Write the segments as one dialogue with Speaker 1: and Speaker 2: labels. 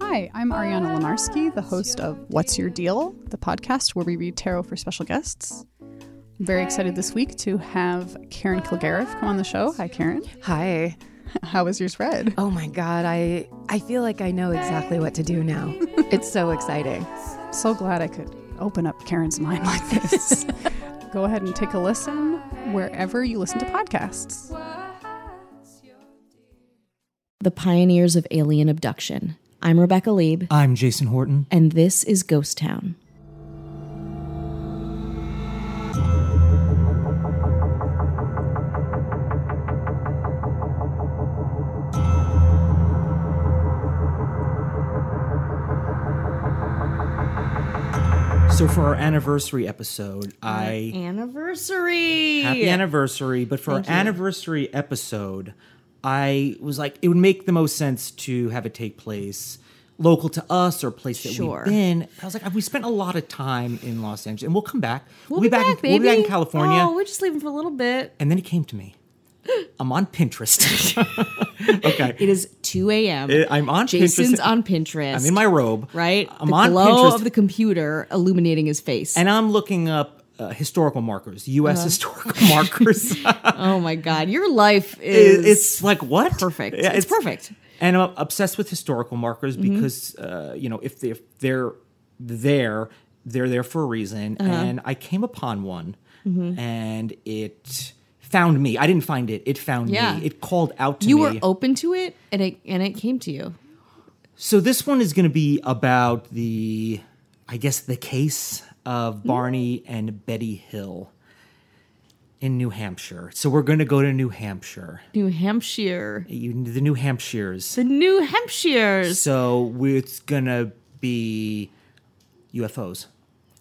Speaker 1: Hi, I'm Ariana Lenarski, the host of What's Your Deal, the podcast where we read tarot for special guests. I'm very excited this week to have Karen Kilgariff come on the show. Hi, Karen.
Speaker 2: Hi.
Speaker 1: How was your spread?
Speaker 2: Oh my god, I I feel like I know exactly what to do now. it's so exciting.
Speaker 1: So glad I could open up Karen's mind like this. Go ahead and take a listen wherever you listen to podcasts.
Speaker 3: The Pioneers of Alien Abduction. I'm Rebecca Lieb,
Speaker 4: I'm Jason Horton.
Speaker 3: and this is Ghost Town.
Speaker 4: So for our anniversary episode, I
Speaker 3: Anniversary!
Speaker 4: happy anniversary, but for our anniversary episode, I was like it would make the most sense to have it take place local to us or a place that
Speaker 3: Sure.
Speaker 4: we've been. I was like we spent a lot of time in Los Angeles and we'll come back.
Speaker 3: We'll, be back,
Speaker 4: in, we'll be back in
Speaker 3: baby.
Speaker 4: California.
Speaker 3: Oh, we're just leaving for a little bit.
Speaker 4: and then it came to me. I'm on Pinterest. okay.
Speaker 3: It is 2 a.m.
Speaker 4: Uh, I'm on
Speaker 3: Jason's
Speaker 4: Pinterest.
Speaker 3: on Pinterest.
Speaker 4: I'm in my robe.
Speaker 3: Right?
Speaker 4: I'm
Speaker 3: the
Speaker 4: on
Speaker 3: glow
Speaker 4: Pinterest.
Speaker 3: of the computer illuminating his face.
Speaker 4: and I'm looking up uh, historical markers,
Speaker 3: Uh-huh.
Speaker 4: U.S. historical markers.
Speaker 3: oh my god, your life is.
Speaker 4: It- it's like what
Speaker 3: perfect.
Speaker 4: Yeah,
Speaker 3: It's perfect. Mm-hmm.
Speaker 4: And I'm obsessed with historical markers because uh, you know if, they, if they're there, they're there for a reason.
Speaker 3: Uh-huh.
Speaker 4: And I came upon one,
Speaker 3: Mm-hmm.
Speaker 4: and it found me. I didn't find it. It found
Speaker 3: Yeah.
Speaker 4: me. It called out to
Speaker 3: you
Speaker 4: me.
Speaker 3: were open to it, and it and it came to you.
Speaker 4: So this one is going to be about the, I guess, the case of
Speaker 3: Mm-hmm.
Speaker 4: Barney and Betty Hill in New Hampshire. So we're going to go to New Hampshire,
Speaker 3: New Hampshire,
Speaker 4: you, the New Hampshires.
Speaker 3: the New Hampshires.
Speaker 4: So we- it's going to be UFOs,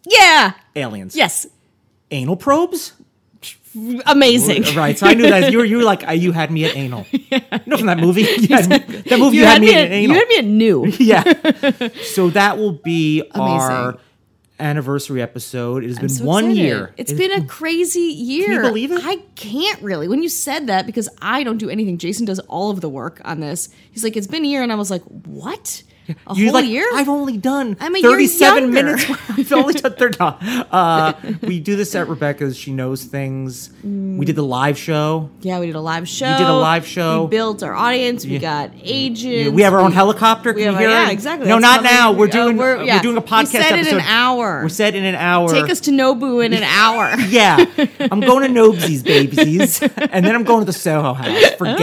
Speaker 3: Yeah.
Speaker 4: aliens,
Speaker 3: Yes.
Speaker 4: anal probes.
Speaker 3: Amazing.
Speaker 4: Right, so I knew that you were you were like uh, you had me at anal. No, from that movie. You had me- that movie you, had, me at,
Speaker 3: you
Speaker 4: anal.
Speaker 3: had me at new.
Speaker 4: yeah. So that will be our
Speaker 3: Amazing.
Speaker 4: anniversary episode. It has been
Speaker 3: So
Speaker 4: one
Speaker 3: excited.
Speaker 4: year.
Speaker 3: It's been a crazy year.
Speaker 4: believe it?
Speaker 3: I can't really. When you said that, because I don't do anything. Jason does all of the work on this. He's like, it's been a year, and I was like, what? A
Speaker 4: you
Speaker 3: whole
Speaker 4: like,
Speaker 3: year?
Speaker 4: I've only done
Speaker 3: I'm a year
Speaker 4: 37
Speaker 3: younger."
Speaker 4: minutes. I've only done 30. Uh, we do this at Rebecca's. She knows things.
Speaker 3: Mm.
Speaker 4: We did the live show.
Speaker 3: yeah, we did a live show.
Speaker 4: did a live show.
Speaker 3: We built our audience. We got agents.
Speaker 4: We have our own
Speaker 3: We-
Speaker 4: helicopter. Can
Speaker 3: we
Speaker 4: you
Speaker 3: have
Speaker 4: hear
Speaker 3: our- yeah,
Speaker 4: it?
Speaker 3: exactly.
Speaker 4: No,
Speaker 3: That's
Speaker 4: not
Speaker 3: coming.
Speaker 4: now. We're
Speaker 3: Uh,
Speaker 4: doing
Speaker 3: we're-
Speaker 4: we're,
Speaker 3: yeah.
Speaker 4: doing a
Speaker 3: We
Speaker 4: podcast
Speaker 3: said it in an
Speaker 4: episode.
Speaker 3: hour.
Speaker 4: We're set in an hour.
Speaker 3: Take us to Nobu in an hour.
Speaker 4: Yeah, I'm going to Nobesy's babies, and then I'm going to the Soho House. Forget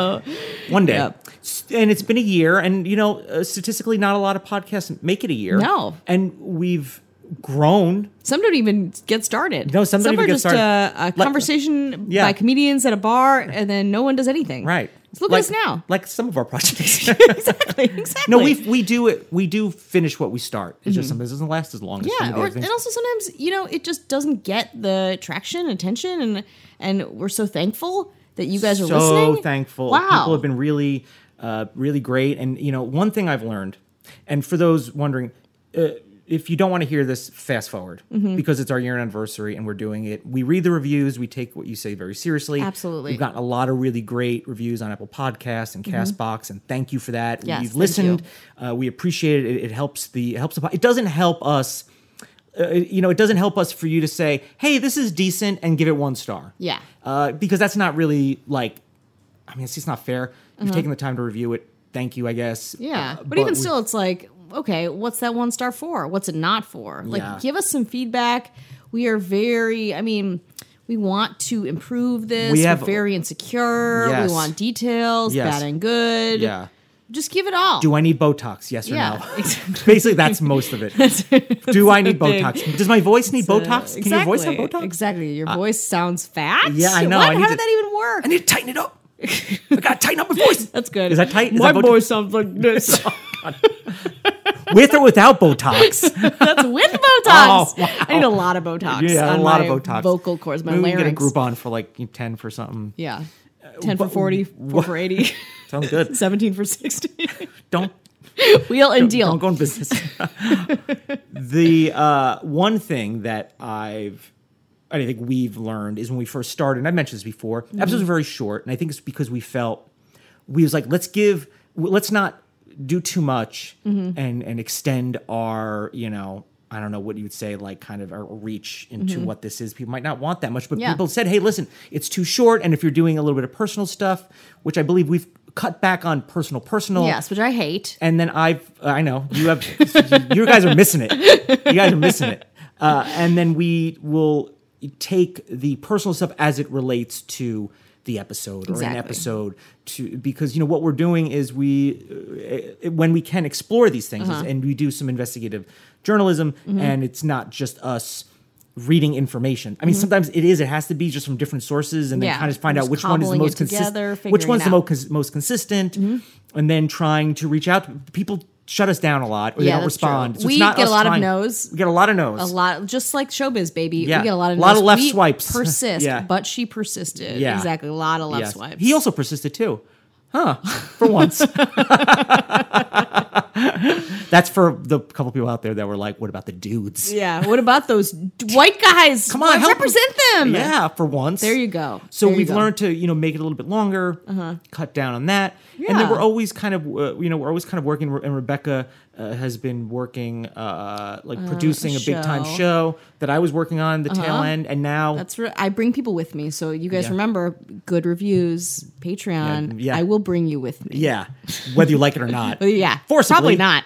Speaker 4: it. One day.
Speaker 3: Oh. Yep.
Speaker 4: S- And it's been a year, and you know, uh, statistically, not a lot of podcasts make it a year.
Speaker 3: No.
Speaker 4: and we've grown.
Speaker 3: Some don't even get started.
Speaker 4: No, some don't even
Speaker 3: are
Speaker 4: get
Speaker 3: just
Speaker 4: started.
Speaker 3: uh, A,
Speaker 4: Like-
Speaker 3: conversation
Speaker 4: Yeah.
Speaker 3: by comedians at a bar, and then no one does anything.
Speaker 4: Right.
Speaker 3: So look
Speaker 4: like,
Speaker 3: at us now.
Speaker 4: Like some of our projects.
Speaker 3: exactly. Exactly.
Speaker 4: no, we we do it. We do finish what we start. It's just something that doesn't last as long. as some
Speaker 3: Yeah,
Speaker 4: of the
Speaker 3: or,
Speaker 4: other
Speaker 3: and
Speaker 4: things.
Speaker 3: also sometimes you know it just doesn't get the traction, attention, and and we're so thankful that you guys are
Speaker 4: so
Speaker 3: listening.
Speaker 4: thankful.
Speaker 3: Wow,
Speaker 4: People have been really, uh, really great. And you know, one thing I've learned, and for those wondering, uh, if you don't want to hear this, fast forward
Speaker 3: Mm-hmm.
Speaker 4: because it's our year anniversary and we're doing it. We read the reviews. We take what you say very seriously.
Speaker 3: Absolutely. Mm-hmm.
Speaker 4: we've gotten a lot of really great reviews on Apple Podcasts and Castbox, and thank you for that.
Speaker 3: Yes,
Speaker 4: You've
Speaker 3: thank
Speaker 4: listened. Uh, we appreciate it. it. It helps the it helps the. po- It doesn't help us. Uh, you know, it doesn't help us for you to say, "Hey, this is decent," and give it one star.
Speaker 3: Yeah.
Speaker 4: uh, because that's not really like I mean, it's just not fair. You've taken the time to review it. Thank you, I guess.
Speaker 3: Mm-hmm. yeah,
Speaker 4: Uh,
Speaker 3: but, even
Speaker 4: we-
Speaker 3: still, it's like okay, what's that one star for? What's it not for? Like,
Speaker 4: Yeah.
Speaker 3: give us some feedback. We are very, I mean. We want to improve this.
Speaker 4: We
Speaker 3: are
Speaker 4: have-
Speaker 3: very insecure.
Speaker 4: Yes.
Speaker 3: We want details,
Speaker 4: Yes.
Speaker 3: bad and good.
Speaker 4: yeah.
Speaker 3: Just give it all.
Speaker 4: Do I need Botox? Yes or
Speaker 3: Yeah,
Speaker 4: no?
Speaker 3: exactly.
Speaker 4: Basically, that's most of it. Do I need
Speaker 3: the thing.
Speaker 4: Botox? Does my voice need Botox? Can your voice have
Speaker 3: Exactly.
Speaker 4: Botox? Uh,
Speaker 3: Exactly. Your voice sounds fat.
Speaker 4: yeah, I know.
Speaker 3: What?
Speaker 4: I need
Speaker 3: How
Speaker 4: to-
Speaker 3: did that even work?
Speaker 4: I need to tighten it up. I gotta tighten up my voice.
Speaker 3: That's good.
Speaker 4: Is that tight? Is
Speaker 3: My
Speaker 4: that Botox?
Speaker 3: voice sounds like this.
Speaker 4: With or without Botox?
Speaker 3: That's with Botox.
Speaker 4: Oh, wow.
Speaker 3: I need a lot of Botox.
Speaker 4: yeah, a
Speaker 3: on
Speaker 4: lot of
Speaker 3: my
Speaker 4: Botox.
Speaker 3: Vocal cords, my
Speaker 4: Maybe we can
Speaker 3: larynx.
Speaker 4: get a Uh, Groupon for like ten for something.
Speaker 3: Yeah. 10 for 40, 4 for 80,
Speaker 4: Sounds good.
Speaker 3: 17 for 60.
Speaker 4: Don't
Speaker 3: Wheel and deal.
Speaker 4: Don't go in business. the uh, one thing that I've, I think we've learned is when we first started, and I mentioned this before,
Speaker 3: Mm-hmm.
Speaker 4: episodes were very short, and I think it's because we felt we was like, let's give, w- let's not do too much
Speaker 3: Mm-hmm.
Speaker 4: and and extend our you know I don't know what you would say like kind of our reach into what this is. People might not want that much, but
Speaker 3: Mm-hmm. Yeah.
Speaker 4: people said, "Hey, listen, it's too short." And if you're doing a little bit of personal stuff, which I believe we've cut back on personal personal
Speaker 3: yes, which I hate.
Speaker 4: and then I've I know you have you, guys are missing it. You guys are missing it. Uh, and then we will take the personal stuff as it relates to the episode or an
Speaker 3: Exactly.
Speaker 4: episode to because you know what we're doing is we uh, when we can explore these things
Speaker 3: Uh-huh.
Speaker 4: and we do some investigative journalism
Speaker 3: Mm-hmm.
Speaker 4: and it's not just us reading information. I mean sometimes it is it has to be just from different sources and then
Speaker 3: Mm-hmm. Yeah.
Speaker 4: kind of find out
Speaker 3: Just
Speaker 4: which one is the
Speaker 3: cobbling it
Speaker 4: most
Speaker 3: together,
Speaker 4: consistent which
Speaker 3: figuring
Speaker 4: one's
Speaker 3: it
Speaker 4: the
Speaker 3: out.
Speaker 4: most cons- most consistent,
Speaker 3: Mm-hmm.
Speaker 4: and then trying to reach out. to- People shut us down a lot, or they
Speaker 3: Yeah,
Speaker 4: don't
Speaker 3: that's true.
Speaker 4: respond. So
Speaker 3: We
Speaker 4: it's not
Speaker 3: get a
Speaker 4: us
Speaker 3: lot of
Speaker 4: trying-
Speaker 3: no's.
Speaker 4: We get a lot of no's.
Speaker 3: A lot, just like showbiz, baby.
Speaker 4: Yeah.
Speaker 3: We get a lot of
Speaker 4: A lot of
Speaker 3: no's.
Speaker 4: left
Speaker 3: We
Speaker 4: swipes.
Speaker 3: Persist,
Speaker 4: Yeah.
Speaker 3: but she persisted.
Speaker 4: Yeah.
Speaker 3: exactly. A lot of left
Speaker 4: Yes.
Speaker 3: swipes.
Speaker 4: He also persisted too, huh? For once. That's for the couple people out there that were like, "What about the dudes?"
Speaker 3: yeah. What about those d- white guys?
Speaker 4: Come on, help 'em.
Speaker 3: represent them.
Speaker 4: Yeah, for once.
Speaker 3: There you go.
Speaker 4: So
Speaker 3: There you
Speaker 4: we've
Speaker 3: go. Uh-huh.
Speaker 4: learned to you know make it a little bit longer, cut down on that, and then
Speaker 3: Yeah.
Speaker 4: we're always kind of uh, you know we're always kind of working. And Rebecca uh, has been working uh, like producing a big time
Speaker 3: show. Uh-huh.
Speaker 4: show that I was working on the tail end, and now
Speaker 3: That's re- I bring people with me. So you guys
Speaker 4: Yeah.
Speaker 3: remember good reviews, Patreon.
Speaker 4: Yeah, yeah.
Speaker 3: I will bring you with me.
Speaker 4: yeah, whether you like it or not,
Speaker 3: But yeah,
Speaker 4: forcibly
Speaker 3: Probably not.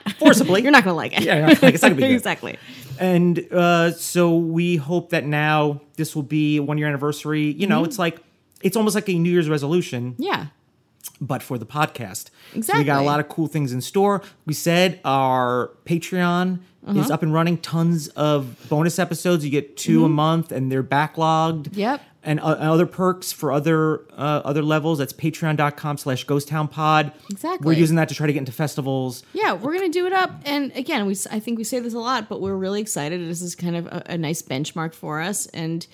Speaker 4: forcibly.
Speaker 3: You're not gonna like it.
Speaker 4: Yeah, you're not gonna like it. It's not gonna be good.
Speaker 3: exactly.
Speaker 4: And uh, so we hope that now this will be one year anniversary. You
Speaker 3: Mm-hmm.
Speaker 4: know, it's like it's almost like a New Year's resolution.
Speaker 3: Yeah.
Speaker 4: but for the podcast. So we got a
Speaker 3: Exactly.
Speaker 4: lot of cool things in store. We said our Patreon is
Speaker 3: Uh-huh.
Speaker 4: up and running, tons of bonus episodes. You get 2 a month and they're backlogged.
Speaker 3: Mm-hmm. Yep.
Speaker 4: And o- other perks for other uh, other levels. That's patreon.com slash ghost town pod. We're
Speaker 3: Exactly.
Speaker 4: using that to try to get into festivals.
Speaker 3: Yeah, we're gonna do it up. And again, we s- I think we say this a lot, but we're really excited. This is kind of a, a nice benchmark for us. And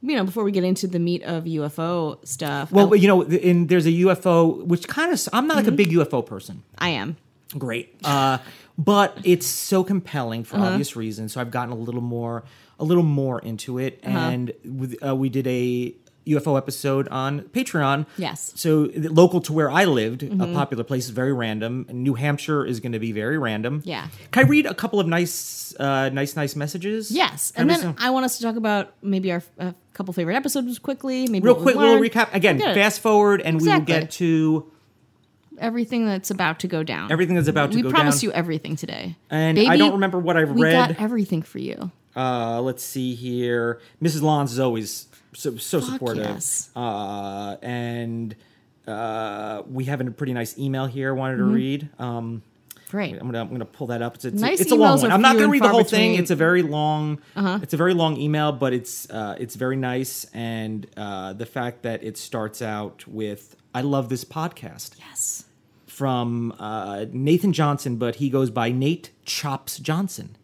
Speaker 3: you know, before we get into the meat of UFO stuff,
Speaker 4: Well,
Speaker 3: I,
Speaker 4: you know, th- and there's a UFO, which kind of, I'm not
Speaker 3: Mm-hmm.
Speaker 4: like a big UFO person.
Speaker 3: I am.
Speaker 4: great. Uh, but it's so compelling
Speaker 3: Uh-huh.
Speaker 4: for obvious reasons. So I've gotten a little more, a little more into it,
Speaker 3: Uh-huh.
Speaker 4: and with, uh, we did a UFO episode on Patreon.
Speaker 3: Yes. Mm-hmm.
Speaker 4: So the- local to where I lived, a popular place is very random. New Hampshire is going to be very random.
Speaker 3: Yeah.
Speaker 4: Can I read a couple of nice, uh, nice, nice messages?
Speaker 3: Yes,
Speaker 4: Can
Speaker 3: and
Speaker 4: I
Speaker 3: then
Speaker 4: read some-
Speaker 3: I want us to talk about maybe our uh, couple favorite episodes quickly. Maybe
Speaker 4: Real
Speaker 3: what
Speaker 4: quick
Speaker 3: we've
Speaker 4: little
Speaker 3: learned.
Speaker 4: recap. Again,
Speaker 3: Forget it.
Speaker 4: fast forward, and we will
Speaker 3: Exactly.
Speaker 4: get to
Speaker 3: everything that's about to go down.
Speaker 4: everything that's about to
Speaker 3: we
Speaker 4: go down.
Speaker 3: promise you everything today.
Speaker 4: And
Speaker 3: Baby,
Speaker 4: I don't remember what I
Speaker 3: We
Speaker 4: read.
Speaker 3: got everything for you.
Speaker 4: Uh, let's see here. Mrs. Lons is always so, so supportive.
Speaker 3: yes.
Speaker 4: Uh, and uh, we have a pretty nice email here. I wanted
Speaker 3: Mm-hmm.
Speaker 4: to read. Um,
Speaker 3: Great.
Speaker 4: I'm gonna I'm gonna pull that up. It's, it's,
Speaker 3: Nice
Speaker 4: it's a long
Speaker 3: emails
Speaker 4: one.
Speaker 3: are
Speaker 4: I'm not
Speaker 3: few
Speaker 4: gonna
Speaker 3: and
Speaker 4: read the
Speaker 3: far
Speaker 4: whole
Speaker 3: between.
Speaker 4: thing.
Speaker 3: Uh-huh.
Speaker 4: It's a very long. It's a very long email, but it's uh, it's very nice. And uh, the fact that it starts out with "I love this podcast."
Speaker 3: Yes.
Speaker 4: from uh, Nathan Johnson, but he goes by Nate Chops Johnson.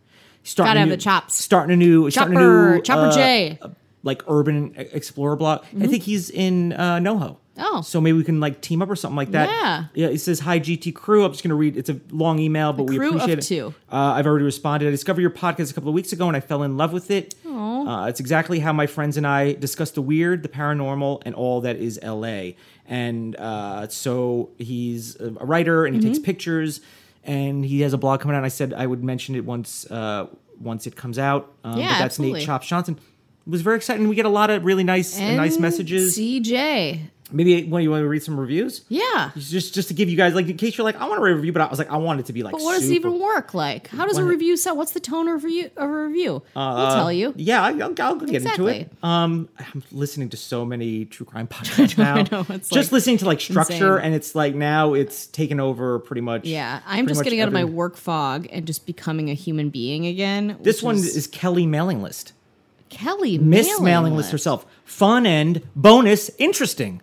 Speaker 4: Starting
Speaker 3: Gotta
Speaker 4: a
Speaker 3: have
Speaker 4: new-
Speaker 3: the chops.
Speaker 4: Starting a new starting a
Speaker 3: Chopper,
Speaker 4: new, uh,
Speaker 3: Chopper J. Mm-hmm.
Speaker 4: like urban e- explorer block. I think he's in uh, NoHo.
Speaker 3: Oh.
Speaker 4: so maybe we can like team up or something like that.
Speaker 3: Yeah.
Speaker 4: yeah. It says hi GT crew. I'm just gonna read. It's a long email, but we
Speaker 3: crew of
Speaker 4: appreciate it.
Speaker 3: two.
Speaker 4: Uh, I've already responded. I discovered your podcast a couple of weeks ago, and I fell in love with it. Uh, it's exactly how my friends and I discuss the weird, the paranormal, and all that is LA. And uh, so he's a a writer, and he
Speaker 3: Mm-hmm.
Speaker 4: takes pictures, and he has a blog coming out. I said I would mention it once uh, once it comes out. Um,
Speaker 3: Yeah,
Speaker 4: but that's
Speaker 3: absolutely.
Speaker 4: Nate Chops Johnson. It was very exciting. We get a lot of really nice, nice
Speaker 3: And
Speaker 4: messages.
Speaker 3: CJ.
Speaker 4: Maybe well, you want to read some reviews?
Speaker 3: Yeah.
Speaker 4: Just just to give you guys like in case you're like I want to read a review, but I was like I want it to be like.
Speaker 3: But what does it
Speaker 4: super
Speaker 3: even work like? How does a
Speaker 4: What- Uh,
Speaker 3: review sound? What's the tone of, review, of a review? we'll tell you.
Speaker 4: Yeah, I- I'll, I'll get
Speaker 3: Exactly.
Speaker 4: into it. Um, I'm listening to so many true crime podcasts now.
Speaker 3: I know, it's,
Speaker 4: just
Speaker 3: like,
Speaker 4: listening to like structure,
Speaker 3: insane.
Speaker 4: and it's like now it's taken over pretty much.
Speaker 3: Yeah, I'm
Speaker 4: pretty
Speaker 3: just
Speaker 4: much
Speaker 3: getting out of my
Speaker 4: every-
Speaker 3: work fog and just becoming a human being again.
Speaker 4: This
Speaker 3: which
Speaker 4: one is Kelly Mailing List,
Speaker 3: Kelly
Speaker 4: Miss Mailing, List herself. Fun and bonus, interesting.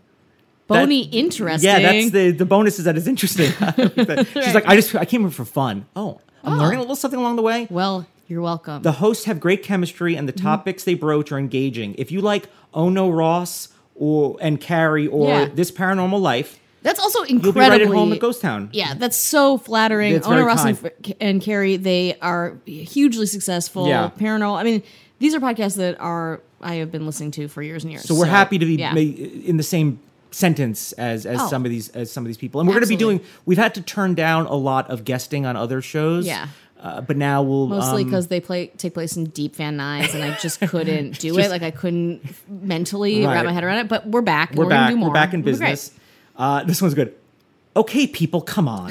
Speaker 3: Bony interesting.
Speaker 4: Yeah, that's the the bonus is that it's interesting. She's like, I just I came here for fun. Oh, I'm learning a little something along the way.
Speaker 3: Well, you're welcome.
Speaker 4: The hosts have great chemistry, and the
Speaker 3: Mm-hmm.
Speaker 4: topics they broach are engaging. If you like Oh No Ross or and Carrie or
Speaker 3: Yeah.
Speaker 4: This Paranormal Life,
Speaker 3: that's also
Speaker 4: you'll
Speaker 3: incredibly.
Speaker 4: be right at home at Ghost Town.
Speaker 3: Yeah, that's so flattering.
Speaker 4: That's
Speaker 3: Ona
Speaker 4: very
Speaker 3: Ross and,
Speaker 4: kind.
Speaker 3: F- and Carrie, they are hugely successful.
Speaker 4: Yeah.
Speaker 3: Paranormal. I mean, these are podcasts that are I have been listening to for years and years.
Speaker 4: So we're happy to be
Speaker 3: yeah.
Speaker 4: ma- in the same sentence as as
Speaker 3: Oh.
Speaker 4: some of these as some of these people. And we're going to be
Speaker 3: Absolutely.
Speaker 4: doing. We've had to turn down a lot of guesting on other shows.
Speaker 3: Yeah.
Speaker 4: Uh, but now we'll
Speaker 3: Mostly
Speaker 4: um,
Speaker 3: because they play take place in deep Van Nuys, and I just couldn't do it. Like I couldn't mentally
Speaker 4: Right.
Speaker 3: wrap my head around it. But we're back. and
Speaker 4: we're,
Speaker 3: gonna
Speaker 4: back.
Speaker 3: do more.
Speaker 4: We're back in
Speaker 3: It'll be great.
Speaker 4: business. Uh, this one's good. Okay, people, come on.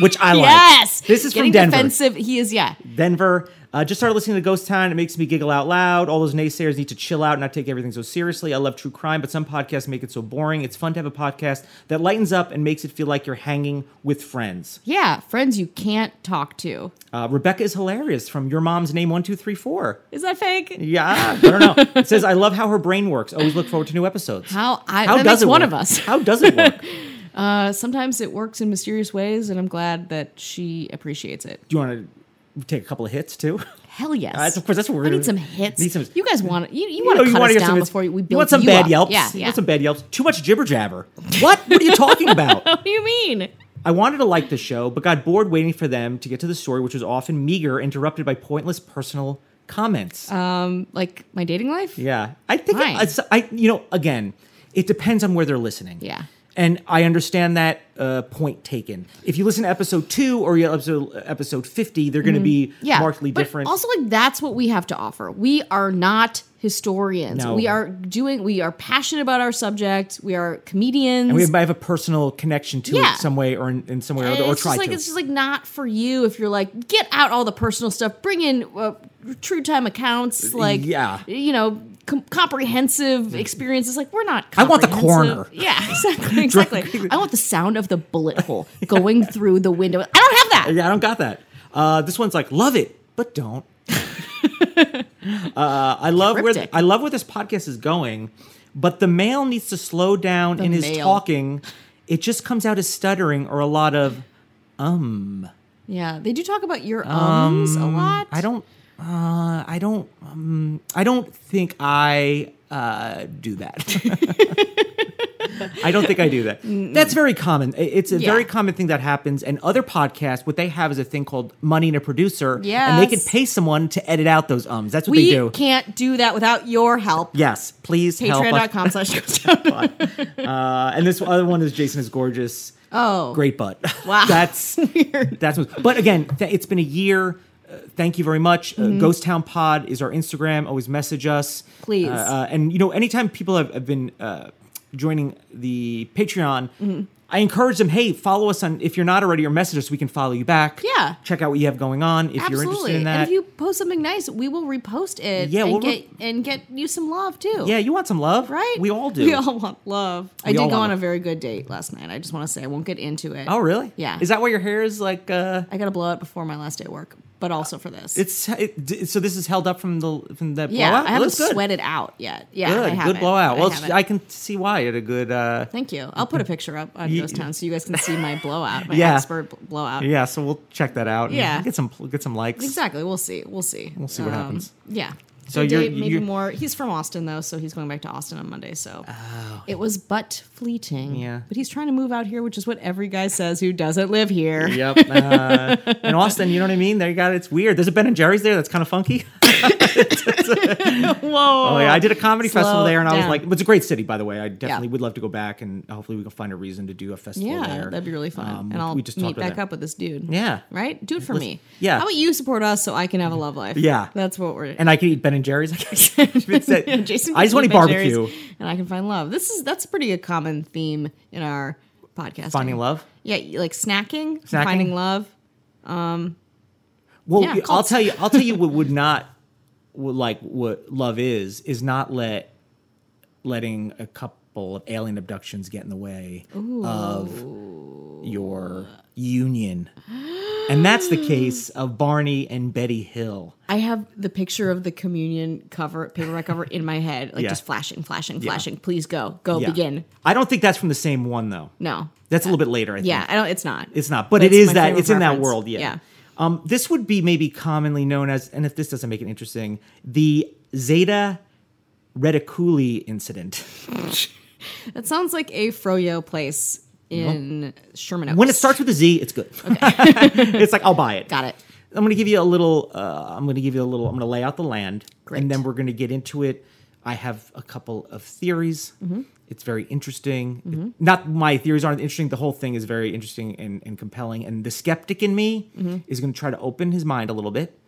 Speaker 4: Which I like.
Speaker 3: Yes.
Speaker 4: This is from
Speaker 3: Getting
Speaker 4: Denver.
Speaker 3: Defensive. He is. Yeah.
Speaker 4: Denver. Uh, just started listening to Ghost Town. It makes me giggle out loud. All those naysayers need to chill out and not take everything so seriously. I love true crime, but some podcasts make it so boring. It's fun to have a podcast that lightens up and makes it feel like you're hanging with friends.
Speaker 3: Yeah. Friends you can't talk to.
Speaker 4: Uh, Rebecca is hilarious from Your Mom's Name 1234.
Speaker 3: Is that fake?
Speaker 4: Yeah, I don't know. It says, I love how her brain works. Always look forward to new episodes.
Speaker 3: How I that makes one
Speaker 4: work?
Speaker 3: of us.
Speaker 4: How does it work? Do
Speaker 3: Uh, sometimes it works in mysterious ways, and I'm glad that she appreciates it.
Speaker 4: you want to take a couple of hits too?
Speaker 3: Hell yes.
Speaker 4: That's- of course, Uh, that's what we're
Speaker 3: I
Speaker 4: doing.
Speaker 3: need some hits.
Speaker 4: Need some-
Speaker 3: you guys want you, you,
Speaker 4: You
Speaker 3: want
Speaker 4: know,
Speaker 3: to
Speaker 4: you
Speaker 3: cut
Speaker 4: wanna
Speaker 3: us
Speaker 4: get
Speaker 3: down
Speaker 4: some-
Speaker 3: before we build
Speaker 4: you want some
Speaker 3: you
Speaker 4: bad
Speaker 3: up.
Speaker 4: yelps.
Speaker 3: Yeah,
Speaker 4: You
Speaker 3: yeah.
Speaker 4: want some bad yelps. Too much jibber jabber. What? What are you talking about?
Speaker 3: what do you mean?
Speaker 4: I wanted to like the show, but got bored waiting for them to get to the story, which was often meager, interrupted by pointless personal comments.
Speaker 3: Um, like my dating life?
Speaker 4: yeah, I think
Speaker 3: fine.
Speaker 4: it's- I, you know, again, it depends on where they're listening.
Speaker 3: Yeah.
Speaker 4: and I understand that uh, point taken. If you listen to episode two or you episode episode fifty, they're going to be
Speaker 3: Mm-hmm. yeah
Speaker 4: markedly
Speaker 3: but
Speaker 4: different.
Speaker 3: also like that's what we have to offer we are not historians
Speaker 4: No.
Speaker 3: we are doing we are passionate about our subject we are comedians
Speaker 4: and we might have a personal connection to
Speaker 3: Yeah.
Speaker 4: it some way or in, in some way or
Speaker 3: And
Speaker 4: other, or
Speaker 3: it's
Speaker 4: try
Speaker 3: just like
Speaker 4: to.
Speaker 3: it's just like not for you if you're like get out all the personal stuff bring in uh, true time accounts like
Speaker 4: Uh, yeah.
Speaker 3: you know com- comprehensive experises like we're not
Speaker 4: I want the
Speaker 3: comprehensive.
Speaker 4: coroner.
Speaker 3: yeah exactly exactly i want the sound of the bullet hole going through the window i don't have that
Speaker 4: Yeah, I don't got that. Uh, this one's like, love it, but don't. uh, I love where
Speaker 3: Cryptic.
Speaker 4: I love where this podcast is going, but the male needs to slow down in his
Speaker 3: male.
Speaker 4: talking. It just comes out as stuttering or a lot of
Speaker 3: yeah they do talk about your ums a lot
Speaker 4: Um, I don't uh, I don't um, I don't think I uh, do that. I don't think I do that. That's very common. I- It's a very
Speaker 3: Yeah.
Speaker 4: common thing that happens. And other podcasts, what they have is a thing called money and a producer. And they can
Speaker 3: Yes.
Speaker 4: pay someone to edit out those ums. That's what
Speaker 3: we
Speaker 4: they do.
Speaker 3: can't do that without your help.
Speaker 4: yes. Please help us.
Speaker 3: Patreon.com slash ghost town.
Speaker 4: Uh, and this other one is Jason is gorgeous.
Speaker 3: Oh.
Speaker 4: great butt.
Speaker 3: Wow.
Speaker 4: that's weird. That's what- but again, th- it's been a year. Uh, thank you very much.
Speaker 3: Mm-hmm.
Speaker 4: Uh, Ghost Town Pod is our Instagram. Always message us,
Speaker 3: Please.
Speaker 4: Uh, uh, and you know, anytime people have, have been uh, joining the Patreon.
Speaker 3: Mm-hmm.
Speaker 4: I encourage them. Hey, follow us on if you're not already, or message us. We can follow you back.
Speaker 3: Yeah.
Speaker 4: check out what you have going on if you're interested
Speaker 3: Absolutely.
Speaker 4: in that.
Speaker 3: and if you post something nice, we will repost it
Speaker 4: Yeah,
Speaker 3: and
Speaker 4: we'll
Speaker 3: get
Speaker 4: re-
Speaker 3: and get you some love too.
Speaker 4: yeah, you want some love,
Speaker 3: Right?
Speaker 4: We all do.
Speaker 3: We all want love. I
Speaker 4: We all
Speaker 3: did go
Speaker 4: want
Speaker 3: on a
Speaker 4: it.
Speaker 3: very good date last night. I just want to say I won't get into it.
Speaker 4: oh, really?
Speaker 3: Yeah.
Speaker 4: Is that why your hair is like? uh
Speaker 3: I got to blow it before my last day at work, but also for this.
Speaker 4: It's it, d- so this is held up from the from the
Speaker 3: yeah,
Speaker 4: blowout.
Speaker 3: I
Speaker 4: It
Speaker 3: haven't
Speaker 4: looks good.
Speaker 3: sweated out yet. Yeah, I
Speaker 4: Good,
Speaker 3: haven't.
Speaker 4: good blowout.
Speaker 3: I
Speaker 4: Well, it's-
Speaker 3: haven't.
Speaker 4: I, can see why it had a good. uh
Speaker 3: Thank you. I'll put a picture up on
Speaker 4: Ye-
Speaker 3: Ghost Town so you guys can see my blowout, my
Speaker 4: Yeah.
Speaker 3: expert bl- blowout.
Speaker 4: Yeah, so we'll check that out. and
Speaker 3: Yeah.
Speaker 4: get some get some likes.
Speaker 3: Exactly. We'll see. We'll see. We'll
Speaker 4: see what happens.
Speaker 3: Yeah.
Speaker 4: So
Speaker 3: So
Speaker 4: you're-
Speaker 3: maybe
Speaker 4: you're-
Speaker 3: more. He's from Austin though, so he's going back to Austin on Monday. So it was but fleeting.
Speaker 4: Oh. Yeah.
Speaker 3: But he's trying to move out here, which is what every guy says who doesn't live here.
Speaker 4: Yep. Uh, in Austin, you know what I mean? There you got it. It's weird. There's a Ben and Jerry's there. That's kind of funky.
Speaker 3: Whoa.
Speaker 4: Oh yeah, I did a comedy
Speaker 3: Slow
Speaker 4: festival there, and I was
Speaker 3: down.
Speaker 4: like, "It's a great city, by the way. I definitely would love to go back, and hopefully we can find a reason to do a festival
Speaker 3: Yeah,
Speaker 4: there.
Speaker 3: that'd be really fun.
Speaker 4: Um,
Speaker 3: and I'll
Speaker 4: we just
Speaker 3: meet
Speaker 4: talked about
Speaker 3: back
Speaker 4: that.
Speaker 3: up with this dude.
Speaker 4: Yeah.
Speaker 3: Right? Do it for me.
Speaker 4: yeah.
Speaker 3: How about you support us so I can have a love life?
Speaker 4: Yeah.
Speaker 3: That's what we're
Speaker 4: And I could eat Ben and Jerry's. I guess. If it's that-
Speaker 3: Jason
Speaker 4: I just want to eat
Speaker 3: can eat Ben and
Speaker 4: barbecue.
Speaker 3: Jerry's, and I can find love. This is that's pretty a common theme in our podcast.
Speaker 4: Finding love.
Speaker 3: Yeah, you- like snacking,
Speaker 4: Snacking?
Speaker 3: finding love.
Speaker 4: Well,
Speaker 3: Yeah,
Speaker 4: I'll
Speaker 3: cults.
Speaker 4: tell you. I'll tell you what would not what, like what love is is not let letting a couple of alien abductions get in the way of your union, and that's the case of Barney and Betty Hill.
Speaker 3: I have the picture of the communion cover, paperback cover in my head, like
Speaker 4: Yeah.
Speaker 3: just flashing, flashing, flashing. Please go, go
Speaker 4: Yeah.
Speaker 3: begin.
Speaker 4: I don't think that's from the same one though.
Speaker 3: No,
Speaker 4: That's a little bit later. I think.
Speaker 3: yeah, I don't. It's not.
Speaker 4: It's not, but, it
Speaker 3: it's
Speaker 4: is
Speaker 3: my
Speaker 4: that
Speaker 3: frame of
Speaker 4: it's in that
Speaker 3: reference.
Speaker 4: world. Yeah.
Speaker 3: Yeah.
Speaker 4: Um, this would be maybe commonly known as, and if this doesn't make it interesting, the Zeta Reticuli incident.
Speaker 3: That sounds like a Froyo place in Sherman Oaks.
Speaker 4: When it starts with a Z, it's good. it's like I'll buy it.
Speaker 3: got it.
Speaker 4: I'm going to give you a little. Uh, I'm going to give you a little. I'm going to lay out the land,
Speaker 3: Great.
Speaker 4: and then we're going to get into it. I have a couple of theories.
Speaker 3: Mm-hmm.
Speaker 4: It's very interesting. It- not my theories aren't interesting. The whole thing is very interesting and, and compelling. And the skeptic in me
Speaker 3: Mm-hmm.
Speaker 4: is going to try to open his mind a little bit.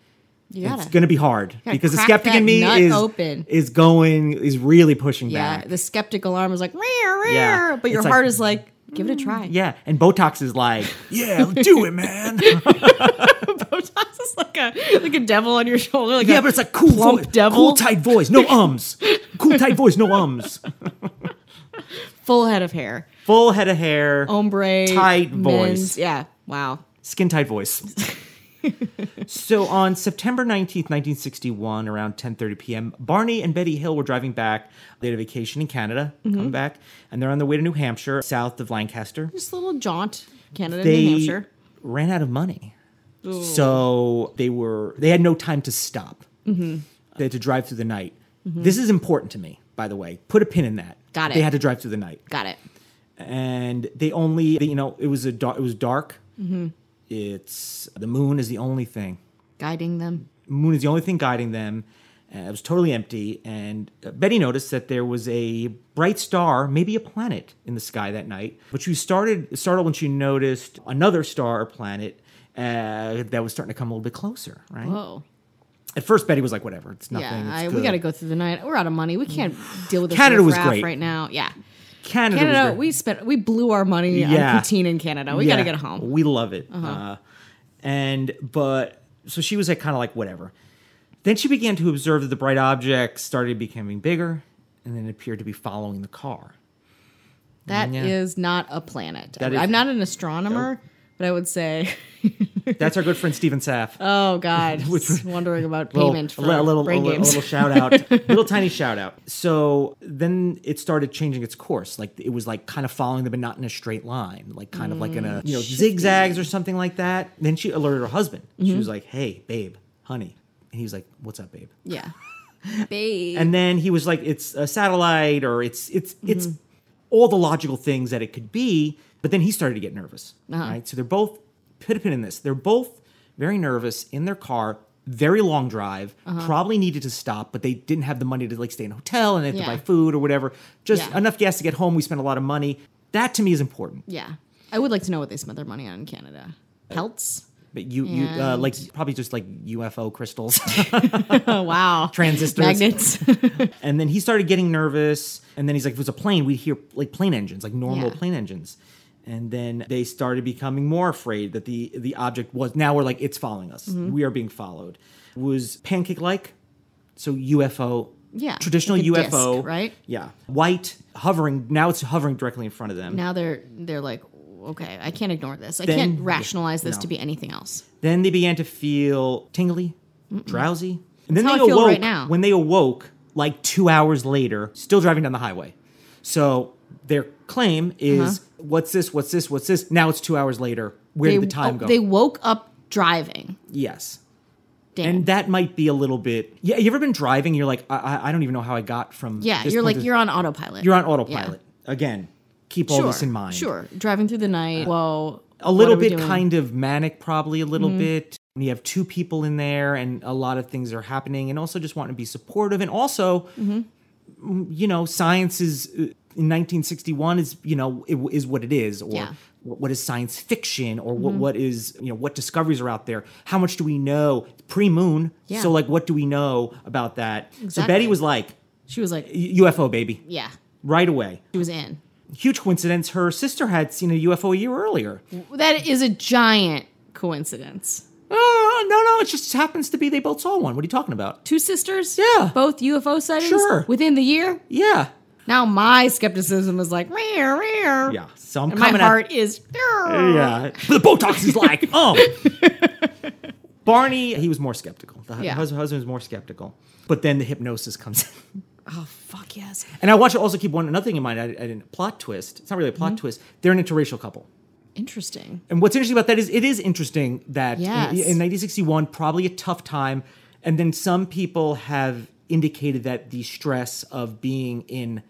Speaker 3: You
Speaker 4: it's
Speaker 3: gotta-
Speaker 4: going to be hard
Speaker 3: gotta
Speaker 4: because the
Speaker 3: crack
Speaker 4: skeptic
Speaker 3: that
Speaker 4: in me
Speaker 3: nut
Speaker 4: is
Speaker 3: open.
Speaker 4: is going is really pushing
Speaker 3: yeah,
Speaker 4: back.
Speaker 3: the skeptical arm is like, "Meow, meow,"
Speaker 4: Yeah.
Speaker 3: but your
Speaker 4: It's like- "Mm,
Speaker 3: heart is like, give it a try.
Speaker 4: Yeah, and Botox is like, yeah, do it, man.
Speaker 3: Botox is like a like a devil on your shoulder. Like
Speaker 4: yeah,
Speaker 3: a
Speaker 4: but it's like cool,
Speaker 3: plump
Speaker 4: vo-
Speaker 3: devil,
Speaker 4: cool tight voice, no ums, cool tight voice, no ums,
Speaker 3: full head of hair,
Speaker 4: full head of hair,
Speaker 3: ombre,
Speaker 4: Tight voice.
Speaker 3: men's- Yeah, wow.
Speaker 4: skin tight voice. so on September 19th, 1961, around 10:30 p.m., Barney and Betty Hill were driving back. They had a vacation in Canada,
Speaker 3: Mm-hmm.
Speaker 4: coming back, and they're on their way to New Hampshire, south of Lancaster.
Speaker 3: Just a little jaunt, Canada,
Speaker 4: they
Speaker 3: New Hampshire.
Speaker 4: ran out of money, so they were they had no time to stop.
Speaker 3: Mm-hmm.
Speaker 4: They had to drive through the night. This is important to me, by the way. Put a pin in that.
Speaker 3: Got it.
Speaker 4: They had to drive through the night,
Speaker 3: Got it.
Speaker 4: and they only they, you know it was a dar- it was dark.
Speaker 3: Mm-hmm.
Speaker 4: It's the moon is the only thing.
Speaker 3: Guiding them.
Speaker 4: Moon is the only thing guiding them. Uh, it was totally empty, and uh, Betty noticed that there was a bright star, maybe a planet, in the sky that night. But she started startled when she noticed another star or planet uh, that was starting to come a little bit closer. Right
Speaker 3: Whoa.
Speaker 4: at first, Betty was like, "Whatever, it's nothing."
Speaker 3: Yeah,
Speaker 4: it's
Speaker 3: I, we
Speaker 4: good."
Speaker 3: got to go through the night. We're out of money. We can't deal with this
Speaker 4: Canada was
Speaker 3: riffraff
Speaker 4: great.
Speaker 3: right now. Yeah,
Speaker 4: Canada, was
Speaker 3: Canada.
Speaker 4: very-
Speaker 3: We spent. We blew our money
Speaker 4: Yeah.
Speaker 3: on poutine in Canada. We got to
Speaker 4: Yeah,
Speaker 3: get home. Uh-huh.
Speaker 4: We love it. Uh, and but so she was like kind of like whatever. Then she began to observe that the bright object started becoming bigger, and then appeared to be following the car.
Speaker 3: That is
Speaker 4: Yeah.
Speaker 3: not a planet.
Speaker 4: That is-
Speaker 3: I'm not an astronomer, but I would say,
Speaker 4: That's our good friend Stephen Saff.
Speaker 3: oh god, just wondering about
Speaker 4: Little-
Speaker 3: payment for
Speaker 4: a little, a little,
Speaker 3: brain
Speaker 4: a little- a
Speaker 3: games.
Speaker 4: little shout out, little tiny shout out. So then it started changing its course. Like it was like kind of following them, but not in a straight line, like kind of like in
Speaker 3: Mm,
Speaker 4: a you know zigzags or something like that. Then she alerted her husband.
Speaker 3: Mm-hmm.
Speaker 4: She was like, "Hey, babe, honey," and he was like, "What's up, babe?"
Speaker 3: yeah, babe.
Speaker 4: and then he was like it's a satellite or it's it's it's
Speaker 3: Mm-hmm.
Speaker 4: all the logical things that it could be but then he started to get nervous
Speaker 3: Uh-huh.
Speaker 4: right so they're both put a pin in this they're both very nervous in their car very long drive
Speaker 3: Uh-huh.
Speaker 4: probably needed to stop but they didn't have the money to like stay in a hotel and they had
Speaker 3: Yeah.
Speaker 4: to buy food or whatever just
Speaker 3: Yeah.
Speaker 4: enough gas to get home we spent a lot of money that to me is important
Speaker 3: yeah, I would like to know what they spent their money on in Canada. Pelts.
Speaker 4: but you you uh, like probably just like ufo crystals
Speaker 3: Oh wow,
Speaker 4: Transistors.
Speaker 3: magnets.
Speaker 4: And then he started getting nervous. And then he's like, if it was a plane, we'd hear like plane engines, like normal
Speaker 3: Yeah.
Speaker 4: plane engines. And then they started becoming more afraid that the the object was now we're like, it's following us.
Speaker 3: Mm-hmm.
Speaker 4: We are being followed. It was pancake like. So UFO.
Speaker 3: Yeah,
Speaker 4: Traditional
Speaker 3: like a disc,
Speaker 4: UFO.
Speaker 3: right?
Speaker 4: Yeah. White hovering. Now it's hovering directly in front of them.
Speaker 3: now they're they're like, okay, I can't ignore this. I
Speaker 4: Then-
Speaker 3: can't rationalize this
Speaker 4: No.
Speaker 3: to be anything else.
Speaker 4: Then they began to feel tingly, drowsy. And then
Speaker 3: That's how
Speaker 4: they
Speaker 3: I feel
Speaker 4: awoke
Speaker 3: right now.
Speaker 4: when they awoke like 2 hours later, still driving down the highway. So their claim is what's this? What's this? What's this? Now it's 2 hours later.
Speaker 3: Uh-huh.
Speaker 4: Where
Speaker 3: They,
Speaker 4: did the time
Speaker 3: oh,
Speaker 4: go?
Speaker 3: they woke up driving.
Speaker 4: yes.
Speaker 3: Damn.
Speaker 4: And that might be a little bit. Yeah, you ever been driving? You're like, I, I, I don't even know how I got from.
Speaker 3: yeah,
Speaker 4: this
Speaker 3: you're like
Speaker 4: point to-
Speaker 3: you're on autopilot.
Speaker 4: you're on autopilot again. Keep
Speaker 3: Yeah.
Speaker 4: all this in mind.
Speaker 3: Sure, driving through the night. Whoa,
Speaker 4: a little bit kind of manic probably a
Speaker 3: Mm-hmm.
Speaker 4: little bit when you have two people in there and a lot of things are happening and also just want to be supportive and also
Speaker 3: Mm-hmm.
Speaker 4: mm, you know science is uh, in 1961 is you know it, is what it is or
Speaker 3: Yeah. Mm-hmm.
Speaker 4: wh- what is science fiction or what, what is you know what discoveries are out there how much do we know pre-moon
Speaker 3: Yeah.
Speaker 4: so like what do we know about that so
Speaker 3: Exactly.
Speaker 4: betty was like
Speaker 3: She was like,
Speaker 4: ufo baby
Speaker 3: yeah,
Speaker 4: right away
Speaker 3: she was in.
Speaker 4: huge coincidence her sister had seen a ufo a year earlier
Speaker 3: That is a giant coincidence.
Speaker 4: Oh, no, no, it just happens to be they both saw one. What are you talking about?
Speaker 3: Two sisters,
Speaker 4: Yeah.
Speaker 3: both UFO sightings
Speaker 4: Sure.
Speaker 3: within the year.
Speaker 4: Yeah.
Speaker 3: Now my skepticism is like, rare, rare.
Speaker 4: Yeah. So I'm
Speaker 3: and my
Speaker 4: coming
Speaker 3: heart is,
Speaker 4: at Yeah. The Botox is like, oh. Barney, he was more skeptical. The hu-
Speaker 3: Yeah.
Speaker 4: husband, husband was more skeptical. But then the hypnosis comes in.
Speaker 3: oh fuck yes.
Speaker 4: And I want you to also keep one another thing in mind. I, I didn't plot twist. It's not really a
Speaker 3: Mm-hmm.
Speaker 4: plot twist. They're an interracial couple.
Speaker 3: Interesting.
Speaker 4: And what's interesting about that is it is interesting that in-
Speaker 3: Yes.
Speaker 4: in, 1961, probably a tough time, and then some people have indicated that the stress of being in,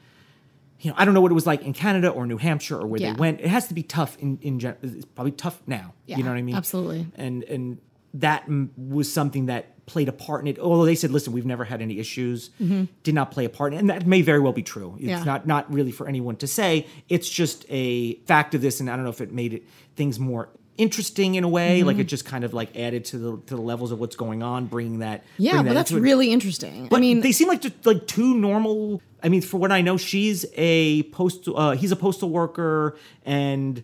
Speaker 4: you know, I don't know what it was like in Canada or New Hampshire or where
Speaker 3: Yeah.
Speaker 4: they went. It has to be tough in in gen- it's probably tough now.
Speaker 3: Yeah,
Speaker 4: you know what I mean?
Speaker 3: absolutely.
Speaker 4: And and that m- was something that played a part in it. Although they said, listen, we've never had any issues, did not play a part, in it. and that may very well be true. It's
Speaker 3: Mm-hmm. Yeah.
Speaker 4: not not really for anyone to say. It's just a fact of this, and I don't know if it made it things more interesting in a way
Speaker 3: Mm-hmm.
Speaker 4: like it just kind of like added to the to the levels of what's going on bringing that
Speaker 3: Yeah,
Speaker 4: bringing
Speaker 3: but
Speaker 4: that
Speaker 3: that's
Speaker 4: into it.
Speaker 3: really interesting.
Speaker 4: But
Speaker 3: I mean,
Speaker 4: they seem like just like two normal. I mean, for what I know, she's a postal. Uh, he's a postal worker, and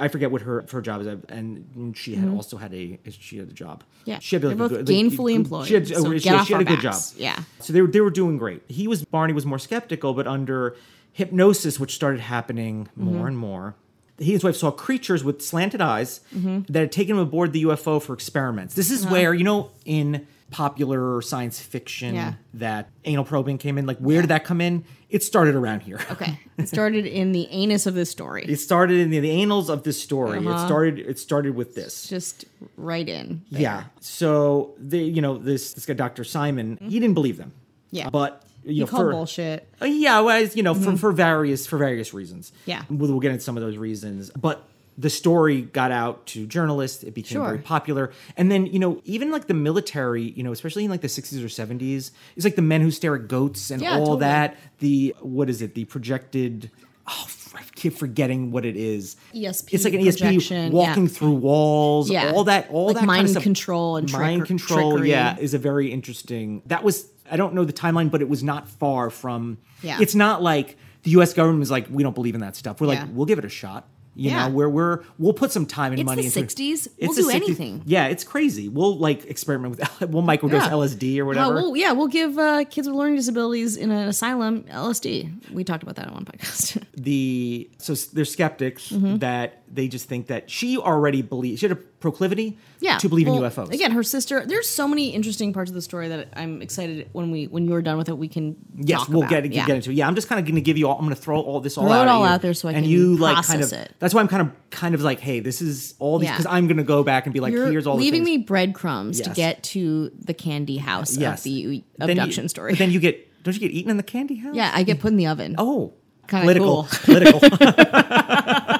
Speaker 4: I forget what her her job is. uh, And she had also had a she had a job.
Speaker 3: Mm-hmm. Yeah.
Speaker 4: she had
Speaker 3: They're
Speaker 4: like
Speaker 3: both
Speaker 4: a good,
Speaker 3: gainfully
Speaker 4: good- She had,
Speaker 3: employed, so
Speaker 4: she,
Speaker 3: get off
Speaker 4: she had
Speaker 3: our
Speaker 4: a good
Speaker 3: backs.
Speaker 4: job.
Speaker 3: Yeah.
Speaker 4: So they were they were doing great. He was Barney was more skeptical, but under hypnosis, which started happening
Speaker 3: Mm-hmm.
Speaker 4: more and more. He and his wife saw creatures with slanted eyes
Speaker 3: Mm-hmm.
Speaker 4: that had taken him aboard the UFO for experiments. This
Speaker 3: Uh-huh.
Speaker 4: is where, you know, in popular science fiction
Speaker 3: Yeah.
Speaker 4: that anal probing came in, like where did that come in? It started around here.
Speaker 3: okay, it started in the anus of this story.
Speaker 4: It started in the, the annals of this story.
Speaker 3: Uh-huh.
Speaker 4: It started it started with this.
Speaker 3: Just right in.
Speaker 4: Yeah. So the you know this this guy Dr. Simon he didn't believe them.
Speaker 3: Mm-hmm. Yeah.
Speaker 4: But you
Speaker 3: You
Speaker 4: know,
Speaker 3: call
Speaker 4: for,
Speaker 3: bullshit.
Speaker 4: Uh, yeah, well, it's, you know for, for various for various reasons.
Speaker 3: Mm-hmm. Yeah.
Speaker 4: We'll, we'll get into some of those reasons, but the story got out to journalists. It became very
Speaker 3: Sure.
Speaker 4: popular, and then you know even like the military, you know especially in like the sixties or seventies, it's like the men who stare at goats and
Speaker 3: Yeah,
Speaker 4: all
Speaker 3: totally.
Speaker 4: that. The what is it? The projected. Oh, f- I keep forgetting what it is.
Speaker 3: ESP
Speaker 4: It's like an
Speaker 3: E projection,
Speaker 4: ESP walking
Speaker 3: yeah.
Speaker 4: through walls.
Speaker 3: Yeah.
Speaker 4: All that. All
Speaker 3: Like
Speaker 4: that kind
Speaker 3: mind
Speaker 4: of stuff.
Speaker 3: control and trick-
Speaker 4: mind control.
Speaker 3: trickery.
Speaker 4: Yeah, is a very interesting. That was I don't know the timeline, but it was not far from.
Speaker 3: Yeah.
Speaker 4: It's not like the U.S. government is like we don't believe in that stuff. We're
Speaker 3: Yeah.
Speaker 4: like we'll give it a shot. You
Speaker 3: Yeah.
Speaker 4: know, we're we're we'll put some time and
Speaker 3: It's
Speaker 4: money
Speaker 3: the
Speaker 4: into it.
Speaker 3: 60s. We'll
Speaker 4: the
Speaker 3: do anything.
Speaker 4: Yeah, it's crazy. We'll like experiment with we'll microdose
Speaker 3: Yeah.
Speaker 4: LSD or
Speaker 3: Oh,
Speaker 4: whatever.
Speaker 3: well, yeah, we'll give uh, kids with learning disabilities in an asylum LSD. We talked about that on one podcast.
Speaker 4: the so s- they're skeptics
Speaker 3: Mm-hmm.
Speaker 4: that they just think that she already believes she had a proclivity
Speaker 3: yeah,
Speaker 4: to believe in
Speaker 3: well,
Speaker 4: UFOs.
Speaker 3: Again, her sister. There's so many interesting parts of the story that I'm excited when we when you're done with it, we can.
Speaker 4: Yes,
Speaker 3: talk
Speaker 4: we'll
Speaker 3: about.
Speaker 4: get get,
Speaker 3: yeah.
Speaker 4: get into it. Yeah, I'm just kind of going to give you all. I'm going to throw all this all
Speaker 3: Throw
Speaker 4: out
Speaker 3: it
Speaker 4: at
Speaker 3: all
Speaker 4: you,
Speaker 3: out there so I
Speaker 4: and
Speaker 3: can
Speaker 4: you like kind
Speaker 3: process
Speaker 4: of.
Speaker 3: it.
Speaker 4: That's why I'm kind of kind of like, hey, this is all these
Speaker 3: Yeah.
Speaker 4: because I'm going to go back and be like,
Speaker 3: You're
Speaker 4: here's all
Speaker 3: leaving
Speaker 4: the things.
Speaker 3: me breadcrumbs to
Speaker 4: Yes.
Speaker 3: get to the candy house
Speaker 4: Yes,
Speaker 3: of the
Speaker 4: Then you-
Speaker 3: abduction story.
Speaker 4: But then you get don't you get eaten in the candy house?
Speaker 3: yeah, I get put in the oven.
Speaker 4: Oh,
Speaker 3: Kinda
Speaker 4: political,
Speaker 3: cool.
Speaker 4: political.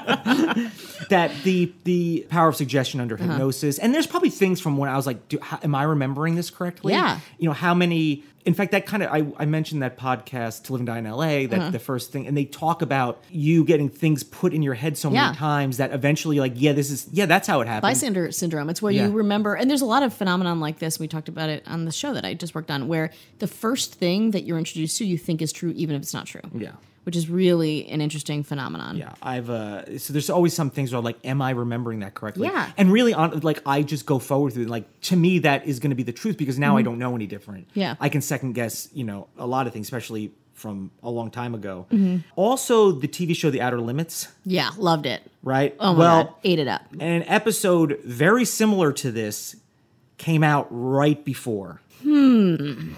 Speaker 4: that the the power of suggestion
Speaker 3: Uh-huh.
Speaker 4: under hypnosis, and there's probably things from when I was like, do, how, am I remembering this correctly?
Speaker 3: Yeah.
Speaker 4: You know how many? In fact, that kind of I, I mentioned that podcast to live and die in L.A. That
Speaker 3: Uh-huh.
Speaker 4: the first thing, and they talk about you getting things put in your head so
Speaker 3: Yeah.
Speaker 4: many times that eventually, you're like, yeah, this is yeah, that's how it happened.
Speaker 3: bystander syndrome. It's where
Speaker 4: Yeah.
Speaker 3: you remember, and there's a lot of phenomenon like this. We talked about it on the show that I just worked on, where the first thing that you're introduced to, you think is true, even if it's not true.
Speaker 4: Yeah.
Speaker 3: which is really an interesting phenomenon.
Speaker 4: Yeah, I've uh so there's always some things where I'm like, am I remembering that correctly?
Speaker 3: Yeah.
Speaker 4: and really on like I just go forward with it. Like to me, that is going to be the truth because now I don't know any different.
Speaker 3: Mm-hmm. Yeah.
Speaker 4: I can second guess you know a lot of things, especially from a long time ago.
Speaker 3: Mm-hmm.
Speaker 4: Also, the TV show The Outer Limits,
Speaker 3: Yeah, loved it.
Speaker 4: right?
Speaker 3: Oh my
Speaker 4: well,
Speaker 3: god, ate it up.
Speaker 4: an episode very similar to this came out right before. Hmm.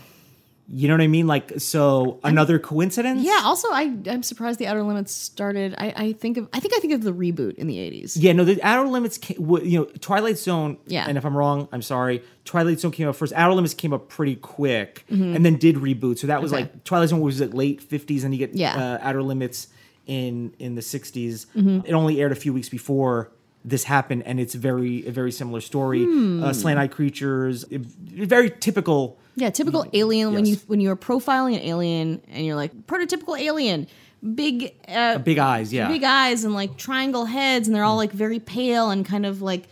Speaker 4: You know what I mean? Like so, another coincidence?
Speaker 3: Yeah. Also, I I'm surprised the Outer Limits started. I, I think of I think I think of the reboot in the 80s.
Speaker 4: Yeah, no, the Outer Limits, ca- wa- you know, Twilight Zone.
Speaker 3: Yeah.
Speaker 4: And if I'm wrong, I'm sorry. Twilight Zone came out first. Outer Limits came up pretty quick, and then did reboot. So that was
Speaker 3: Mm-hmm. Okay.
Speaker 4: like Twilight Zone was like late 50s, and you get
Speaker 3: Yeah.
Speaker 4: uh, Outer Limits in in the 60s.
Speaker 3: Mm-hmm.
Speaker 4: It only aired a few weeks before this happened, and it's very a very similar story.
Speaker 3: Hmm.
Speaker 4: Uh, Slant-eyed creatures, it- very typical.
Speaker 3: Yeah, typical alien. When you
Speaker 4: Mm-hmm. Yes.
Speaker 3: when you're profiling an alien and you're like prototypical alien, big uh,
Speaker 4: Big eyes, yeah. Mm.
Speaker 3: big eyes and like triangle heads, and they're all like very pale and kind of like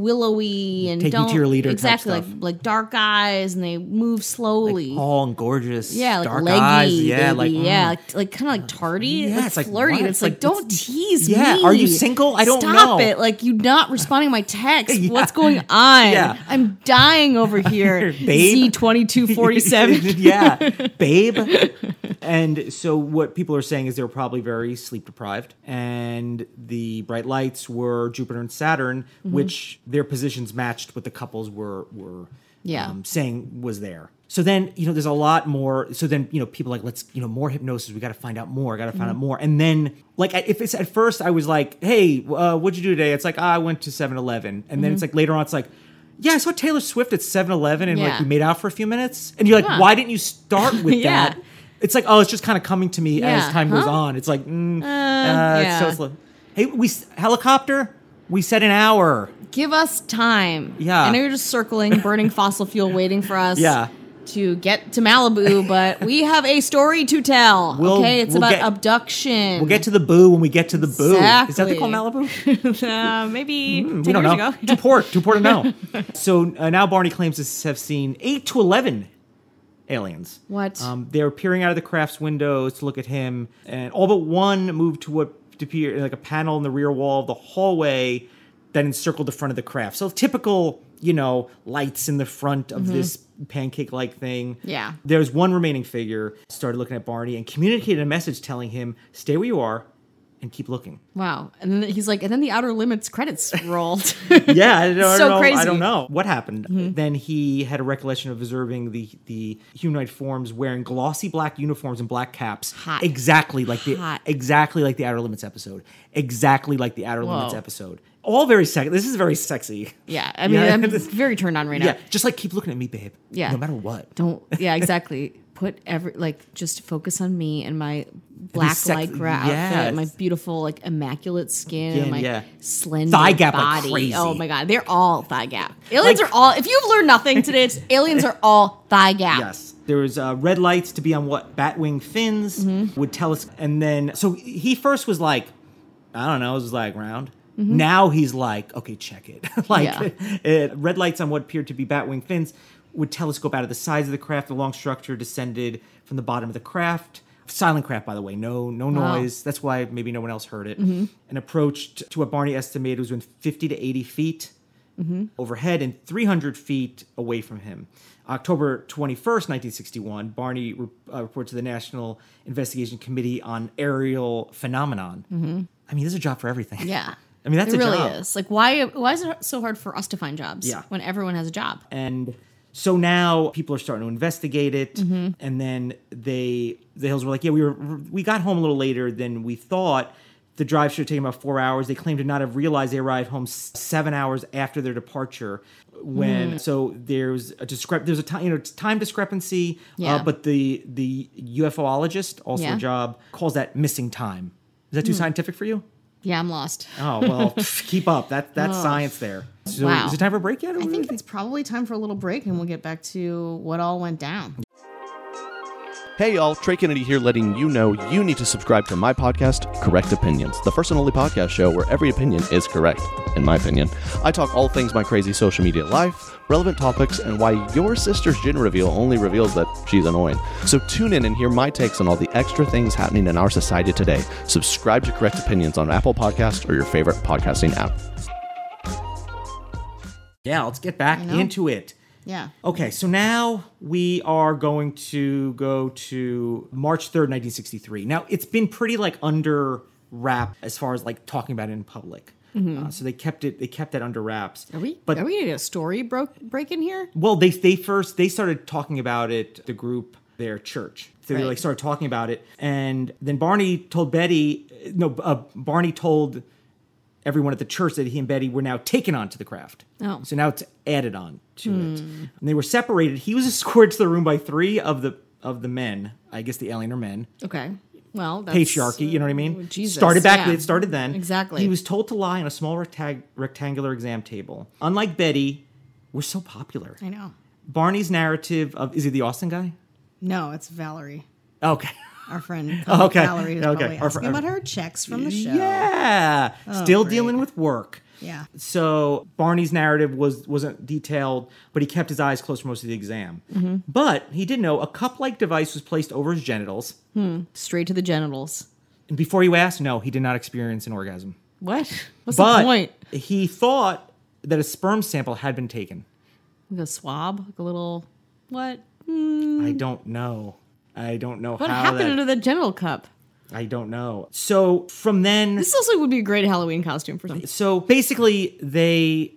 Speaker 3: willowy and
Speaker 4: Take me to
Speaker 3: don't,
Speaker 4: your leader type
Speaker 3: exactly
Speaker 4: stuff.
Speaker 3: like like dark eyes and they move slowly.
Speaker 4: Tall and gorgeous.
Speaker 3: yeah, like
Speaker 4: dark
Speaker 3: leggy,
Speaker 4: eyes. Yeah,
Speaker 3: baby.
Speaker 4: like
Speaker 3: yeah,
Speaker 4: mm.
Speaker 3: like, like kind of like tardy,
Speaker 4: Yeah,
Speaker 3: like
Speaker 4: it's like,
Speaker 3: flirty.
Speaker 4: what?
Speaker 3: It's like,
Speaker 4: Like,
Speaker 3: don't
Speaker 4: it's-
Speaker 3: tease
Speaker 4: Yeah,
Speaker 3: me.
Speaker 4: are you single? I don't
Speaker 3: Stop
Speaker 4: know.
Speaker 3: it. Like you're not responding to my text.
Speaker 4: Yeah.
Speaker 3: What's going on?
Speaker 4: Yeah.
Speaker 3: I'm dying over here.
Speaker 4: Babe.
Speaker 3: Z twenty two forty seven.
Speaker 4: yeah, babe. And so what people are saying is they were probably very sleep deprived, and the bright lights were Jupiter and Saturn,
Speaker 3: Mm-hmm.
Speaker 4: which their positions matched what the couples were were um,
Speaker 3: Yeah.
Speaker 4: saying was there. So then you know there's a lot more. So then you know people are like let's you know more hypnosis. We got to find out more. Got to
Speaker 3: Mm-hmm.
Speaker 4: find out more. And then like at- if it's at first I was like hey uh, what'd you do today? It's like ah, I went to 7-Eleven. and then
Speaker 3: Mm-hmm.
Speaker 4: it's like later on it's like. Yeah, I saw Taylor Swift at 7-Eleven and
Speaker 3: Yeah.
Speaker 4: like we made out for a few minutes. And you're like,
Speaker 3: Huh.
Speaker 4: why didn't you start with
Speaker 3: Yeah.
Speaker 4: that? It's like, oh, it's just kind of coming to me
Speaker 3: Yeah,
Speaker 4: as time goes
Speaker 3: huh?
Speaker 4: on. It's like, mm, uh,
Speaker 3: yeah.
Speaker 4: it's so slow. Hey, we s- helicopter. We said an hour.
Speaker 3: give us time.
Speaker 4: Yeah.
Speaker 3: I know you're just circling, burning fossil fuel, waiting for us.
Speaker 4: Yeah.
Speaker 3: To get to Malibu, but we have a story to tell.
Speaker 4: We'll-
Speaker 3: okay, it's
Speaker 4: we'll
Speaker 3: about
Speaker 4: get-
Speaker 3: abduction.
Speaker 4: We'll get to the boo when we get to the boo. Is that
Speaker 3: Exactly.
Speaker 4: the call Malibu?
Speaker 3: uh, maybe 10
Speaker 4: Hmm, we don't
Speaker 3: years
Speaker 4: know.
Speaker 3: ago.
Speaker 4: Duport, Duport, no. So uh, now Barney claims to have seen eight to eleven aliens.
Speaker 3: What?
Speaker 4: Um, they're peering out of the craft's windows to look at him, and all but one moved to what appeared like a panel in the rear wall of the hallway that encircled the front of the craft. So typical, you know, lights in the front of this pancake-like thing.
Speaker 3: Mm-hmm. Yeah.
Speaker 4: There's one remaining figure started looking at Barney and communicated a message telling him, "Stay where you are." And keep looking.
Speaker 3: Wow. And then he's like, and then the Outer Limits credits rolled.
Speaker 4: yeah, I don't, I
Speaker 3: So
Speaker 4: don't know. I
Speaker 3: crazy. Mm-hmm.
Speaker 4: don't know what happened. Then he had a recollection of observing the the humanoid forms wearing glossy black uniforms and black caps,
Speaker 3: Hot.
Speaker 4: exactly like the
Speaker 3: Hot.
Speaker 4: exactly like the Outer Limits episode, exactly like the Outer Limits
Speaker 3: Whoa.
Speaker 4: episode. All very sexy. This is very sexy.
Speaker 3: yeah. I mean,
Speaker 4: Yeah.
Speaker 3: I'm very turned on right now.
Speaker 4: Yeah, just like keep looking at me, babe.
Speaker 3: Yeah.
Speaker 4: no matter what.
Speaker 3: Don't. Yeah, exactly. Put every like just focus on me and my black
Speaker 4: sex-
Speaker 3: lycra outfit,
Speaker 4: yes.
Speaker 3: my beautiful like immaculate skin, and
Speaker 4: Skin,
Speaker 3: my
Speaker 4: yeah.
Speaker 3: slender
Speaker 4: Thigh gap like
Speaker 3: body.
Speaker 4: crazy.
Speaker 3: Oh my god, they're all thigh gap. Aliens
Speaker 4: Like-
Speaker 3: are all. If you've learned nothing today, it's aliens are all thigh gap.
Speaker 4: Yes. There was uh, red lights to be on what Batwing fins would tell us. And then, so he first was like, I don't know, it was like round. Now he's like, okay, check it. like, uh, red lights on what appeared to be Batwing fins would telescope out of the sides of the craft. The long structure descended from the bottom of the craft. Silent craft, by the way, no, no
Speaker 3: Wow.
Speaker 4: noise. That's why maybe no one else heard it. And approached to what Barney estimated was within fifty to eighty feet overhead and 300 feet away from him. October 21st, 1961, Barney re- uh, reported to the National Investigation Committee on Aerial Phenomenon. I mean, there's a job for everything.
Speaker 3: Mm-hmm. Yeah.
Speaker 4: I mean, that's
Speaker 3: it
Speaker 4: a
Speaker 3: really
Speaker 4: job.
Speaker 3: is. Like, why? Why is it so hard for us to find jobs?
Speaker 4: Yeah.
Speaker 3: When everyone has a job.
Speaker 4: and so now people are starting to investigate it
Speaker 3: Mm-hmm.
Speaker 4: and then they the hills were like yeah we were we got home a little later than we thought the drive should have taken about four hours they claim to not have realized they arrived home s- seven hours after their departure when
Speaker 3: Mm-hmm.
Speaker 4: so there's a discrep there's a time you know time discrepancy
Speaker 3: Yeah.
Speaker 4: uh, but the the ufologist also
Speaker 3: Yeah. Hmm.
Speaker 4: a job calls that missing time is that too scientific for you
Speaker 3: Yeah, I'm lost.
Speaker 4: oh well keep up that that's science there so
Speaker 3: Oh. Wow.
Speaker 4: is it time for a break yet
Speaker 3: I think it's probably time for a little break and we'll get back to what all went down.
Speaker 5: Hey y'all, Trey Kennedy here letting you know you need to subscribe to my podcast, Correct Opinions, the first and only podcast show where every opinion is correct, in my opinion. I talk all things my crazy social media life, relevant topics, and why your sister's gin reveal only reveals that she's annoying. So tune in and hear my takes on all the extra things happening in our society today. Subscribe to Correct Opinions on Apple Podcasts or your favorite podcasting app.
Speaker 4: Yeah, let's get back into it.
Speaker 3: Yeah.
Speaker 4: Okay, so now we are going to go to March 3rd, 1963. Now, it's been pretty like under wrap as far as like talking about it in public. Uh, so they kept it they kept that under wraps.
Speaker 3: Mm-hmm. Are we?
Speaker 4: But
Speaker 3: are we gonna get a story broke break in here?
Speaker 4: well, they they first they started talking about it. The group, their church, so they
Speaker 3: Right.
Speaker 4: like started talking about it, and then Barney told Betty. No, uh, Barney told everyone at the church that he and Betty were now taken onto the craft.
Speaker 3: Oh. Hmm.
Speaker 4: so now it's added on to it, and they were separated. He was escorted to the room by three of the of the men. I guess the alien are men
Speaker 3: Okay. Well, that's, oh,
Speaker 4: patriarchy. You know what I mean?
Speaker 3: Jesus,
Speaker 4: started back.
Speaker 3: yeah.
Speaker 4: It started then.
Speaker 3: Exactly.
Speaker 4: He was told to lie on a small rectang- rectangular exam table. Unlike Betty, we're so popular.
Speaker 3: I know.
Speaker 4: Barney's narrative of is he the Austin guy?
Speaker 6: No, it's Valerie.
Speaker 4: Okay.
Speaker 6: Our friend
Speaker 4: Oh, Okay,
Speaker 6: Valerie is
Speaker 4: okay,
Speaker 6: probably
Speaker 4: our
Speaker 6: asking
Speaker 4: fr-
Speaker 6: about her checks from the show.
Speaker 4: Yeah.
Speaker 3: Oh,
Speaker 4: Still dealing with work.
Speaker 6: Yeah.
Speaker 4: So Barney's narrative was wasn't detailed, but he kept his eyes closed for most of the exam.
Speaker 3: Mm-hmm.
Speaker 4: But he did know a cup-like device was placed over his genitals.
Speaker 3: Straight to the genitals.
Speaker 4: And before you ask, no, he did not experience an orgasm.
Speaker 3: What? What's
Speaker 4: but
Speaker 3: the point?
Speaker 4: he thought that a sperm sample had been taken.
Speaker 3: Like a swab, like a little what?
Speaker 4: I don't know. I don't know
Speaker 3: Mm. What
Speaker 4: how
Speaker 3: happened
Speaker 4: that-
Speaker 3: under the genital cup?
Speaker 4: I don't know. So from then
Speaker 3: This also would be a great Halloween costume for them.
Speaker 4: So basically, they,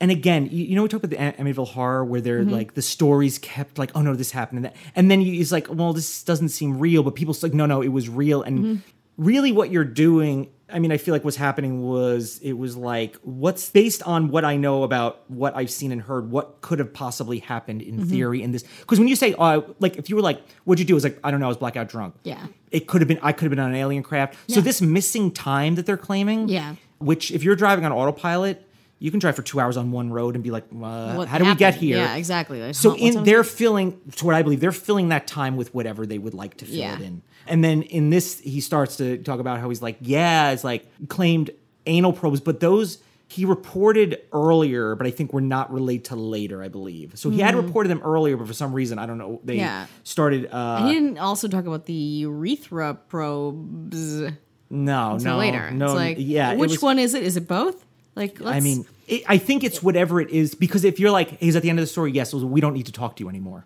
Speaker 4: and again, you, you know, we talk about the Am- Amityville horror where they're like the stories kept like, oh no, this happened, and that, and then you, it's like, well, this doesn't seem real, but people like, no, no, it was real, and really, what you're doing. I mean, I feel like what's happening was it was like what's based on what I know about what I've seen and heard, what could have possibly happened in theory in this. Because when you say, uh, like, if you were like, what'd you do? It's like, I don't know, I was blackout drunk.
Speaker 3: Yeah.
Speaker 4: It could have been, I could have been on an alien craft. So this missing time that they're claiming,
Speaker 3: Yeah.
Speaker 4: which if you're driving on autopilot you can drive for two hours on one road and be like, uh,
Speaker 3: What
Speaker 4: how do we get
Speaker 3: happened?
Speaker 4: here?
Speaker 3: Yeah, exactly. Like,
Speaker 4: so
Speaker 3: huh, what's
Speaker 4: in
Speaker 3: on-
Speaker 4: they're filling, to what I believe, they're filling that time with whatever they would like to fill
Speaker 3: Yeah.
Speaker 4: it in. And then in this, he starts to talk about how he's like, yeah, it's like claimed anal probes, but those he reported earlier, but I think were not related to later, I believe. So he had reported them earlier, but for some reason, I don't know, they
Speaker 3: Mm-hmm. Yeah.
Speaker 4: started. Uh,
Speaker 3: he didn't also talk about the urethra probes
Speaker 4: no,
Speaker 3: until
Speaker 4: no,
Speaker 3: later.
Speaker 4: no,
Speaker 3: it's like,
Speaker 4: yeah, it
Speaker 3: which
Speaker 4: was-
Speaker 3: one is it? Is it both? Like, let's,
Speaker 4: I mean, it, I think it's whatever it is because if you're like, he's at the end of the story, yes, we don't need to talk to you anymore.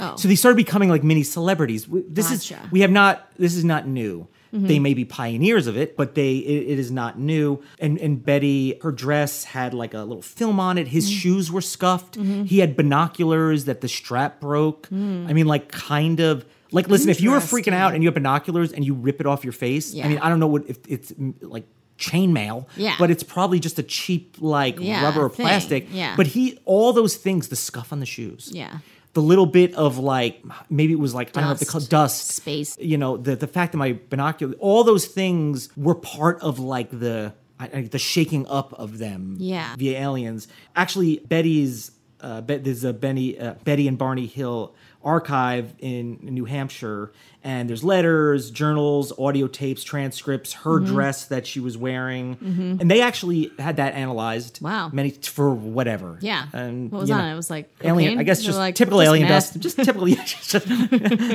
Speaker 3: oh,
Speaker 4: So they started becoming like mini celebrities. We- This
Speaker 3: Gotcha. Mm-hmm.
Speaker 4: is we have not. This is not new. They may be pioneers of it, but they it, it is not new. And and Betty, her dress had like a little film on it.
Speaker 3: Mm.
Speaker 4: His shoes were scuffed.
Speaker 3: Mm-hmm.
Speaker 4: He had binoculars that the strap broke.
Speaker 3: Mm.
Speaker 4: I mean, like kind of like listen. If you were freaking out and you have binoculars and you rip it off your face, I
Speaker 3: Yeah.
Speaker 4: mean, I don't know what if it's mm, like chainmail,
Speaker 3: Yeah.
Speaker 4: but it's probably just a cheap like
Speaker 3: Yeah,
Speaker 4: rubber or
Speaker 3: thing.
Speaker 4: plastic.
Speaker 3: Yeah.
Speaker 4: But he all those things, the scuff on the shoes
Speaker 3: yeah,
Speaker 4: the little bit of like maybe it was like I don't know if they
Speaker 3: Dust.
Speaker 4: call dust
Speaker 3: Space.
Speaker 4: You know the the fact that my binocular all those things were part of like the I, I- the shaking up of them
Speaker 3: Yeah.
Speaker 4: via aliens. Actually, Betty's uh, Be- there's a Benny uh, Betty and Barney Hill archive in New Hampshire, and there's letters, journals, audio tapes, transcripts, her
Speaker 3: Mm-hmm.
Speaker 4: dress that she was wearing, and they actually had that analyzed.
Speaker 3: Wow.
Speaker 4: many for whatever.
Speaker 3: yeah.
Speaker 4: and
Speaker 3: what was
Speaker 4: you
Speaker 3: on
Speaker 4: know.
Speaker 3: it? It was like
Speaker 4: Alien,
Speaker 3: cocaine?
Speaker 4: I guess
Speaker 3: They're
Speaker 4: just
Speaker 3: like,
Speaker 4: typical
Speaker 3: just
Speaker 4: alien
Speaker 3: meth.
Speaker 4: dust. Just typical, yeah, just, just,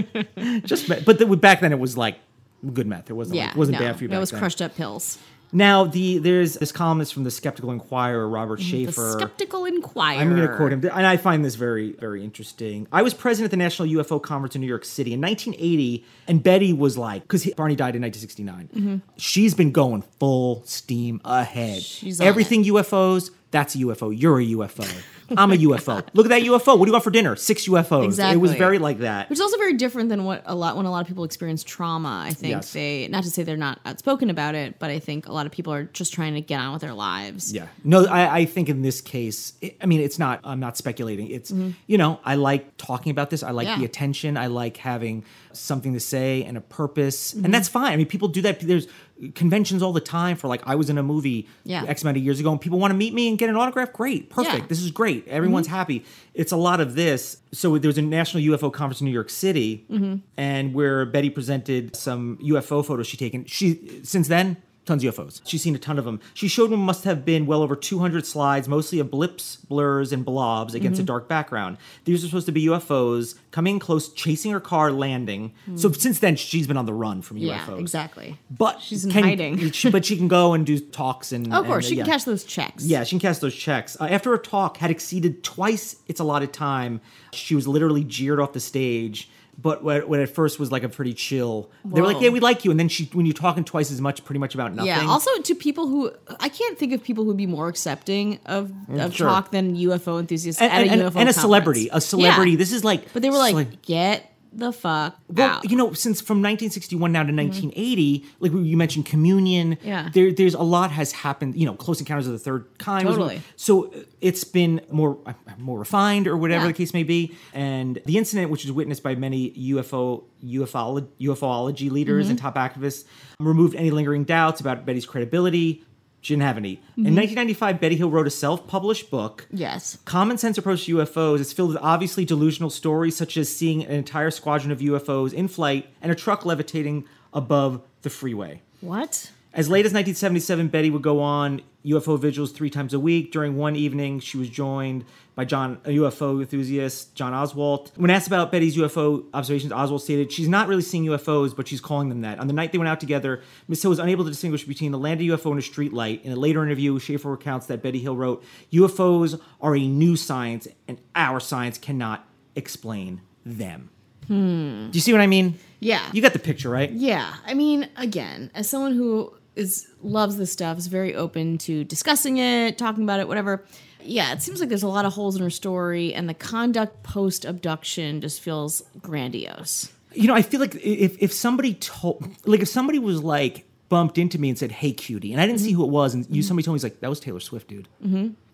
Speaker 4: just meth. but the, back then it was like good meth. It wasn't
Speaker 3: Yeah,
Speaker 4: like, it wasn't
Speaker 3: no,
Speaker 4: bad for you.
Speaker 3: It
Speaker 4: back
Speaker 3: was
Speaker 4: then.
Speaker 3: crushed up pills.
Speaker 4: Now the there's this columnist from the Skeptical Inquirer, Robert
Speaker 3: Mm, The
Speaker 4: Schaefer.
Speaker 3: skeptical inquirer.
Speaker 4: I'm going to quote him, and I find this very, very interesting. I was president at the National UFO Conference in New York City in 1980, and Betty was like, because Barney died in 1969.
Speaker 3: Mm-hmm.
Speaker 4: She's been going full steam ahead.
Speaker 3: She's on
Speaker 4: Everything UFOs, that's a UFO. You're a UFO. I'm a UFO. Look at that UFO. What do you want for dinner? Six UFOs. It was
Speaker 3: Exactly.
Speaker 4: very like that.
Speaker 3: Which is also very different than what a lot when a lot of people experience trauma. I think
Speaker 4: Yes.
Speaker 3: they not to say they're not outspoken about it, but I think a lot of people are just trying to get on with their lives.
Speaker 4: Yeah. No, I, I think in this case, it, I mean, it's not, I'm not speculating. It's, you know, I like talking about this. I like
Speaker 3: Mm-hmm. Yeah.
Speaker 4: the attention. I like having something to say and a purpose.
Speaker 3: Mm-hmm.
Speaker 4: And that's fine. I mean, people do that. There's conventions all the time for like, I was in a movie
Speaker 3: Yeah.
Speaker 4: X amount of years ago and people want to meet me and get an autograph. Great. Perfect.
Speaker 3: Yeah. Mm-hmm.
Speaker 4: This is great. Everyone's happy. It's a lot of this. So there was a national UFO conference in New York City
Speaker 3: Mm-hmm.
Speaker 4: and where Betty presented some UFO photos she taken. She, since then, tons of UFOs. She's seen a ton of them. She showed them must have been well over 200 slides, mostly of blips, blurs, and blobs against a
Speaker 3: Mm-hmm.
Speaker 4: dark background. These are supposed to be UFOs coming in close, chasing her car, landing. So since then, she's been on the run from
Speaker 3: Mm. Yeah,
Speaker 4: UFOs.
Speaker 3: exactly.
Speaker 4: But
Speaker 3: She's in
Speaker 4: can-
Speaker 3: hiding.
Speaker 4: she- but she can go and do talks and.
Speaker 3: Oh, of course,
Speaker 4: and,
Speaker 3: she can
Speaker 4: yeah.
Speaker 3: cash those checks.
Speaker 4: Yeah, she can cash those checks. Uh, after her talk had exceeded twice its allotted time, she was literally jeered off the stage. But what, what at first was like a pretty chill. They were like,
Speaker 3: Whoa.
Speaker 4: "Yeah, we like you," and then she, when you're talking twice as much, pretty much about nothing.
Speaker 3: Yeah. Also, to people who I can't think of people who'd be more accepting of of
Speaker 4: Mm, sure.
Speaker 3: talk than UFO enthusiasts
Speaker 4: and,
Speaker 3: at
Speaker 4: and,
Speaker 3: a
Speaker 4: and-
Speaker 3: UFO
Speaker 4: and a celebrity, a
Speaker 3: conference.
Speaker 4: celebrity.
Speaker 3: Yeah.
Speaker 4: This is like,
Speaker 3: but they were like,
Speaker 4: sele-
Speaker 3: get the fuck
Speaker 4: Well,
Speaker 3: out. Mm-hmm.
Speaker 4: you know, since from 1961 now to 1980, like you mentioned, communion.
Speaker 3: Yeah.
Speaker 4: There, there's a lot has happened. You know, Close Encounters of the Third Kind. was one-
Speaker 3: Totally.
Speaker 4: So uh, it's been more uh, more refined, or whatever
Speaker 3: Yeah.
Speaker 4: the case may be. And the incident, which is witnessed by many UFO UFO UFOlogy leaders
Speaker 3: Mm-hmm.
Speaker 4: and top activists, removed any lingering doubts about Betty's credibility. She didn't have any.
Speaker 3: Mm-hmm.
Speaker 4: In 1995, Betty Hill wrote a self-published book.
Speaker 3: yes.
Speaker 4: Common sense approach to UFOs is filled with obviously delusional stories, such as seeing an entire squadron of UFOs in flight and a truck levitating above the freeway.
Speaker 3: What?
Speaker 4: As late as 1977, Betty would go on UFO vigils three times a week. During one evening, she was joined by John, a UFO enthusiast, John Oswald. When asked about Betty's UFO observations, Oswald stated, "She's not really seeing UFOs, but she's calling them that." On the night they went out together, Miss Hill was unable to distinguish between a landed UFO and a street light. In a later interview, Schaefer recounts that Betty Hill wrote, "UFOs are a new science, and our science cannot explain them." Do you see what I mean?
Speaker 3: Yeah.
Speaker 4: You got the picture, right?
Speaker 3: Yeah, I mean, again, as someone who is loves this stuff, is very open to discussing it, talking about it, whatever. Yeah, it seems like there's a lot of holes in her story, and the conduct post abduction just feels grandiose.
Speaker 4: you know, I feel like if if somebody told, like, if somebody was like bumped into me and said, "Hey, cutie," and I didn't see who it was, and
Speaker 3: Mm-hmm.
Speaker 4: you somebody told me, "He's like that was Taylor Swift, dude."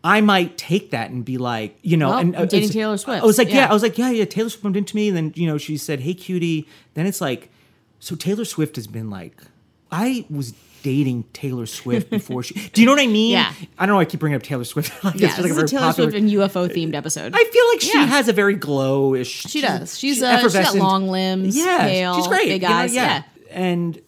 Speaker 4: I might take that and be like, you know,
Speaker 3: Well,
Speaker 4: and uh,
Speaker 3: I'm dating
Speaker 4: it's-
Speaker 3: Taylor Swift.
Speaker 4: I was like, yeah.
Speaker 3: Yeah.
Speaker 4: I was like, yeah, yeah. Taylor Swift bumped into me, and then you know, she said, "Hey, cutie." Then it's like, so Taylor Swift has been like, I was dating Taylor Swift before she. Do you know what I mean?
Speaker 3: Yeah.
Speaker 4: I don't know. why I keep bringing up Taylor Swift. like,
Speaker 3: Yeah,
Speaker 4: it's
Speaker 3: this is
Speaker 4: like
Speaker 3: a
Speaker 4: very
Speaker 3: Taylor
Speaker 4: popular-
Speaker 3: Swift and UFO themed episode.
Speaker 4: I feel like she
Speaker 3: Yeah.
Speaker 4: has a very glowish.
Speaker 3: She does. She's, uh, she's got long limbs,
Speaker 4: Yeah,
Speaker 3: pale,
Speaker 4: she's great.
Speaker 3: big
Speaker 4: you know,
Speaker 3: eyes, yeah.
Speaker 4: and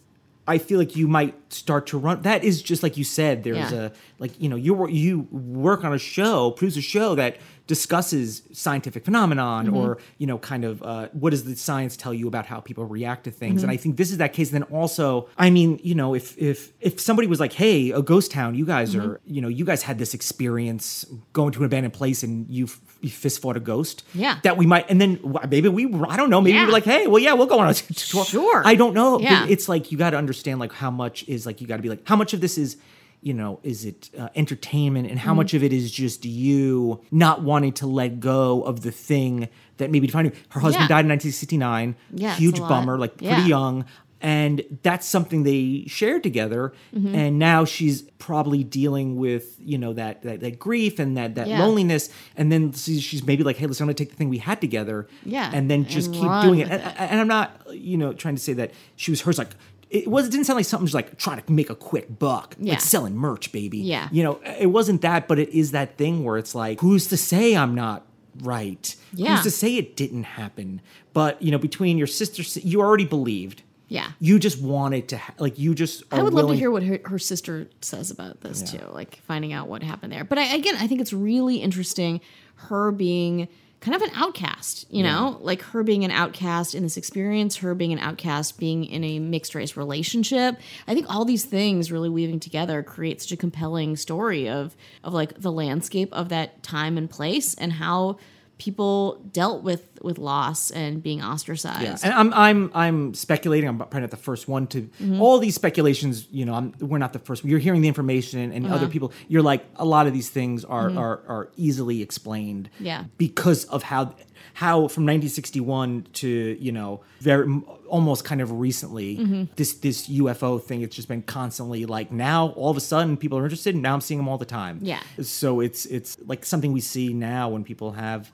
Speaker 4: I feel like you might start to run. That is just like you said. There's
Speaker 3: Yeah.
Speaker 4: a like you know you wor- you work on a show, produce a show that discusses scientific phenomenon
Speaker 3: Mm-hmm.
Speaker 4: or you know kind of uh, what does the science tell you about how people react to things
Speaker 3: Mm-hmm.
Speaker 4: and i think this is that case then also i mean you know if if if somebody was like hey a ghost town you guys are
Speaker 3: Mm-hmm.
Speaker 4: you know you guys had this experience going to an abandoned place and you, f- you fist fought a ghost
Speaker 3: Yeah.
Speaker 4: that we might and then wh- maybe we i don't know maybe
Speaker 3: Yeah.
Speaker 4: we're like hey well yeah we'll go on a tour
Speaker 3: Sure.
Speaker 4: i don't know
Speaker 3: Yeah.
Speaker 4: It- it's like you got to understand like how much is like you got to be like how much of this is you know is it uh, entertainment and how
Speaker 3: Mm-hmm.
Speaker 4: much of it is just you not wanting to let go of the thing that maybe defined you her husband
Speaker 3: Yeah.
Speaker 4: died in 1969
Speaker 3: Yeah, it's
Speaker 4: huge
Speaker 3: a lot.
Speaker 4: bummer like pretty
Speaker 3: Yeah.
Speaker 4: young and that's something they shared together
Speaker 3: Mm-hmm.
Speaker 4: and now she's probably dealing with you know that that, that grief and that that
Speaker 3: Yeah.
Speaker 4: loneliness and then she's she's maybe like hey listen i'm gonna take the thing we had together
Speaker 3: Yeah,
Speaker 4: and then
Speaker 3: and
Speaker 4: just keep
Speaker 3: run
Speaker 4: doing it
Speaker 3: with
Speaker 4: and, and i'm not you know trying to say that she was hers like it was it didn't sound like something just like trying to make a quick buck
Speaker 3: Yeah.
Speaker 4: like selling merch baby
Speaker 3: Yeah.
Speaker 4: you know it wasn't that but it is that thing where it's like who's to say i'm not right
Speaker 3: Yeah.
Speaker 4: who's to say it didn't happen but you know between your sister you already believed
Speaker 3: Yeah.
Speaker 4: you just wanted to ha- like you just are
Speaker 3: I would love to
Speaker 4: willing-
Speaker 3: hear what her, her sister says about this too, like finding out what happened there. But I, again, I think it's really interesting her being kind of an outcast, you know, like her being an outcast in this experience, her being an outcast, being in a mixed race relationship. I think all these things really weaving together create such a compelling story of of like the landscape of that time and place and how people dealt with with loss and being ostracized.
Speaker 4: Yeah, and I'm I'm I'm speculating. I'm probably not the first one to
Speaker 3: Mm-hmm.
Speaker 4: all these speculations. You know, I'm, we're not the first. You're hearing the information, and
Speaker 3: Uh-huh.
Speaker 4: other people. You're like a lot of these things are are, are easily explained.
Speaker 3: Mm-hmm. Yeah.
Speaker 4: because of how how from 1961 to you know very m- almost kind of recently
Speaker 3: Mm-hmm.
Speaker 4: this this UFO thing. It's just been constantly like now all of a sudden people are interested. and Now I'm seeing them all the time.
Speaker 3: Yeah.
Speaker 4: so it's it's like something we see now when people have.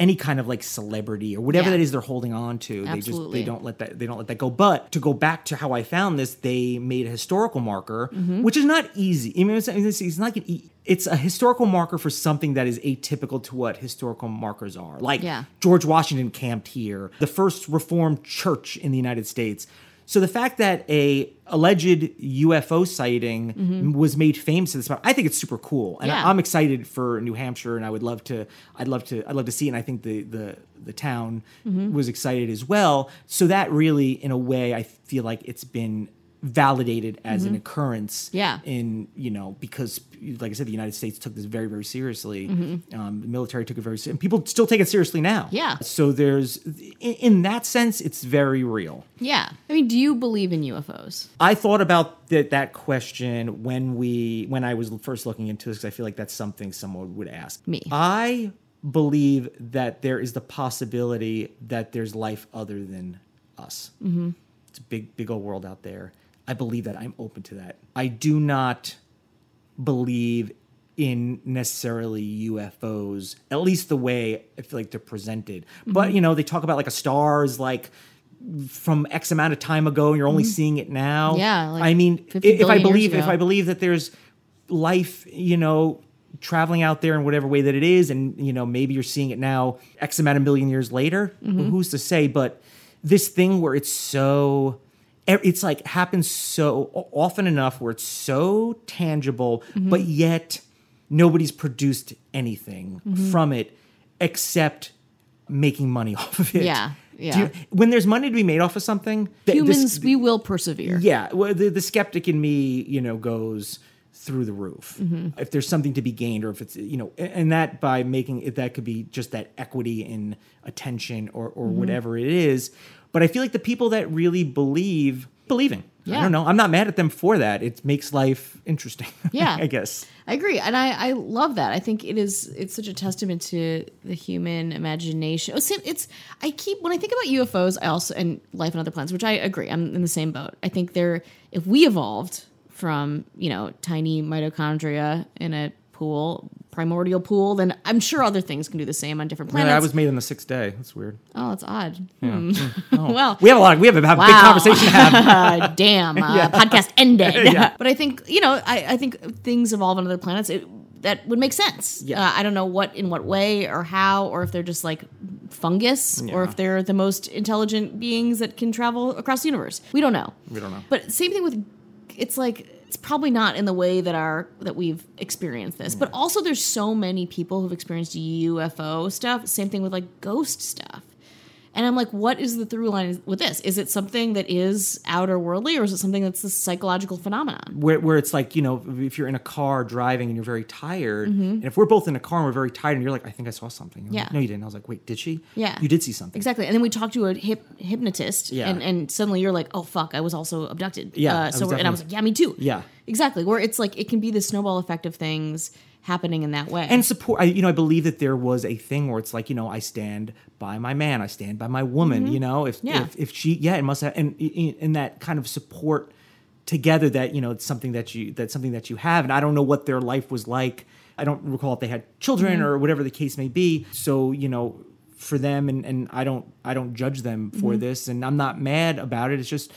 Speaker 4: Any kind of like celebrity or whatever
Speaker 3: Yeah.
Speaker 4: that is they're holding on to, they just they
Speaker 3: Absolutely.
Speaker 4: don't let that they don't let that go but to go back to how i found this they made a historical marker
Speaker 3: Mm-hmm.
Speaker 4: which is not easy i mean it's, it's, it's not like an e- it's a historical marker for something that is atypical to what historical markers are like
Speaker 3: Yeah.
Speaker 4: george washington camped here the first reformed church in the united states so the fact that a alleged UFO sighting was made famous in this, I think it's super cool, and
Speaker 3: Mm-hmm. Yeah.
Speaker 4: I'm excited for New Hampshire, and I would love to, I'd love to, I'd love to see, it, and I think the the the town
Speaker 3: Mm-hmm.
Speaker 4: was excited as well. So that really, in a way, I feel like it's been validated as an occurrence.
Speaker 3: Mm-hmm. Yeah.
Speaker 4: In you know because, like I said, the United States took this very very seriously. Um, the military took it very, ser- and people still take it seriously now.
Speaker 3: Mm-hmm. Yeah.
Speaker 4: So there's, in, in that sense, it's very real.
Speaker 3: yeah. I mean, do you believe in UFOs?
Speaker 4: I thought about th- that question when we when I was first looking into this because I feel like that's something someone would ask
Speaker 3: Me.
Speaker 4: I believe that there is the possibility that there's life other than us. Mm-hmm. It's a big big old world out there. I believe that I'm open to that. I do not believe in necessarily UFOs, at least the way I feel like they're presented. But
Speaker 3: Mm-hmm.
Speaker 4: you know, they talk about like a star is like from X amount of time ago, and you're only seeing it now.
Speaker 3: Mm-hmm. Yeah, like
Speaker 4: I mean,
Speaker 3: 50
Speaker 4: if I
Speaker 3: billion years
Speaker 4: believe if
Speaker 3: ago.
Speaker 4: I believe that there's life, you know, traveling out there in whatever way that it is, and you know, maybe you're seeing it now X amount of million years later.
Speaker 3: Mm-hmm.
Speaker 4: Who's to say? But this thing where it's so e, it's like happens so o- often enough where it's so tangible,
Speaker 3: Mm-hmm.
Speaker 4: but yet nobody's produced anything
Speaker 3: Mm-hmm.
Speaker 4: from it except making money off of it.
Speaker 3: Yeah,
Speaker 4: Do
Speaker 3: yeah.
Speaker 4: you- when there's money to be made off of something, th- this-
Speaker 3: Humans, we will persevere.
Speaker 4: yeah, well, the, the skeptic in me, you know, goes through the roof.
Speaker 3: Mm-hmm.
Speaker 4: If there's something to be gained, or if it's, you know, a- and that by making it, that could be just that equity in attention or or
Speaker 3: Mm-hmm.
Speaker 4: whatever it is. But I feel like the people that really believe believing. I
Speaker 3: Yeah.
Speaker 4: don't know. I'm not mad at them for that. It makes life interesting.
Speaker 3: Yeah.
Speaker 4: I guess.
Speaker 3: I agree, and I, I love that. I think it is it's such a testament to the human imagination. Oh, Sam, it's I keep when I think about UFOs, I also and life on other planets, which I agree. I'm in the same boat. I think they're if we evolved from you know tiny mitochondria in a pool, primordial pool, then I'm sure other things can do the same on different
Speaker 4: Really,
Speaker 3: planets.
Speaker 4: I was made on the sixth day. That's weird.
Speaker 3: oh, that's odd. Hmm. well,
Speaker 4: We have a lot. We have a, have a big
Speaker 3: Wow.
Speaker 4: conversation to have.
Speaker 3: uh, damn, uh, podcast ended. But I think you know, I, I think things evolve on other planets. It, that would make sense.
Speaker 4: Yeah.
Speaker 3: Uh, I don't know what in what way or how, or if they're just like fungus, or if they're the most intelligent beings that can travel across the universe. We don't know.
Speaker 4: We don't know.
Speaker 3: But same thing with it's like it's probably not in the way that our that we've experienced this. But also there's so many people who've experienced UFO stuff. Same thing with like ghost stuff. And I'm like, what is the through line with this? Is it something that is outer worldly or is it something that's a psychological phenomenon?
Speaker 4: Where, where it's like, you know, if you're in a car driving and you're very tired, and if we're both in a car and we're very tired and you're like, I think I saw something. I'm like,
Speaker 3: Mm-hmm. Yeah.
Speaker 4: no, you didn't. I was like, wait, did she?
Speaker 3: Yeah.
Speaker 4: You did see something.
Speaker 3: Exactly. And then we talk to a hyp- hypnotist
Speaker 4: Yeah.
Speaker 3: and, and suddenly you're like, oh fuck, I was also abducted.
Speaker 4: Yeah, I
Speaker 3: Uh,
Speaker 4: was
Speaker 3: so we're- and I was like,
Speaker 4: definitely-
Speaker 3: yeah, me too.
Speaker 4: Yeah.
Speaker 3: Exactly. Where it's like, it can be the snowball effect of things happening in that way.
Speaker 4: and support I, you know i believe that there was a thing where it's like you know i stand by my man i stand by my woman you know if,
Speaker 3: Mm-hmm. Yeah.
Speaker 4: if if she yeah it must have and and and that kind of support together that you know it's something that you that's something that you have and i don't know what their life was like i don't recall if they had children
Speaker 3: Mm-hmm.
Speaker 4: or whatever the case may be so you know for them and and i don't i don't judge them for
Speaker 3: Mm-hmm.
Speaker 4: this and i'm not mad about it it's just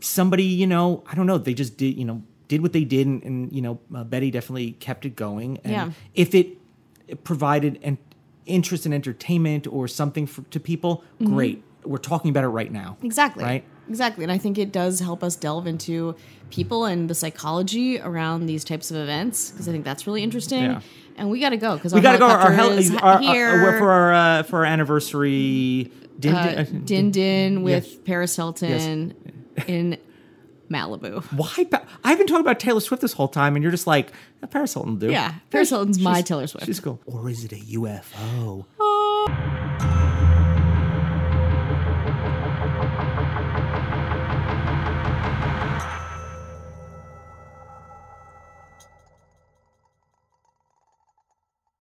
Speaker 4: somebody you know i don't know they just did you know did what they did and, and you know uh, betty definitely kept it going and
Speaker 3: Yeah.
Speaker 4: if it it provided an interest and entertainment or something for, to people, great. We're talking about it right now.
Speaker 3: Mm-hmm. Exactly.
Speaker 4: Right?
Speaker 3: Exactly. And I think it does help us delve into people and the psychology around these types of events because I think that's really interesting.
Speaker 4: Yeah.
Speaker 3: And we got to go because
Speaker 4: We got to go. Our,
Speaker 3: helicopter
Speaker 4: hel-
Speaker 3: is
Speaker 4: our, our-
Speaker 3: here.
Speaker 4: for our uh, for our anniversary. Din,
Speaker 3: uh,
Speaker 4: din-
Speaker 3: Din Din with Paris Hilton in Malibu.
Speaker 4: why? Pa- I've been talking about Taylor Swift this whole time, and you're just like "Ah, Paris Hilton, dude.
Speaker 3: Yeah, Paris Hilton's my Taylor Swift.
Speaker 4: She's cool. Or is it a UFO?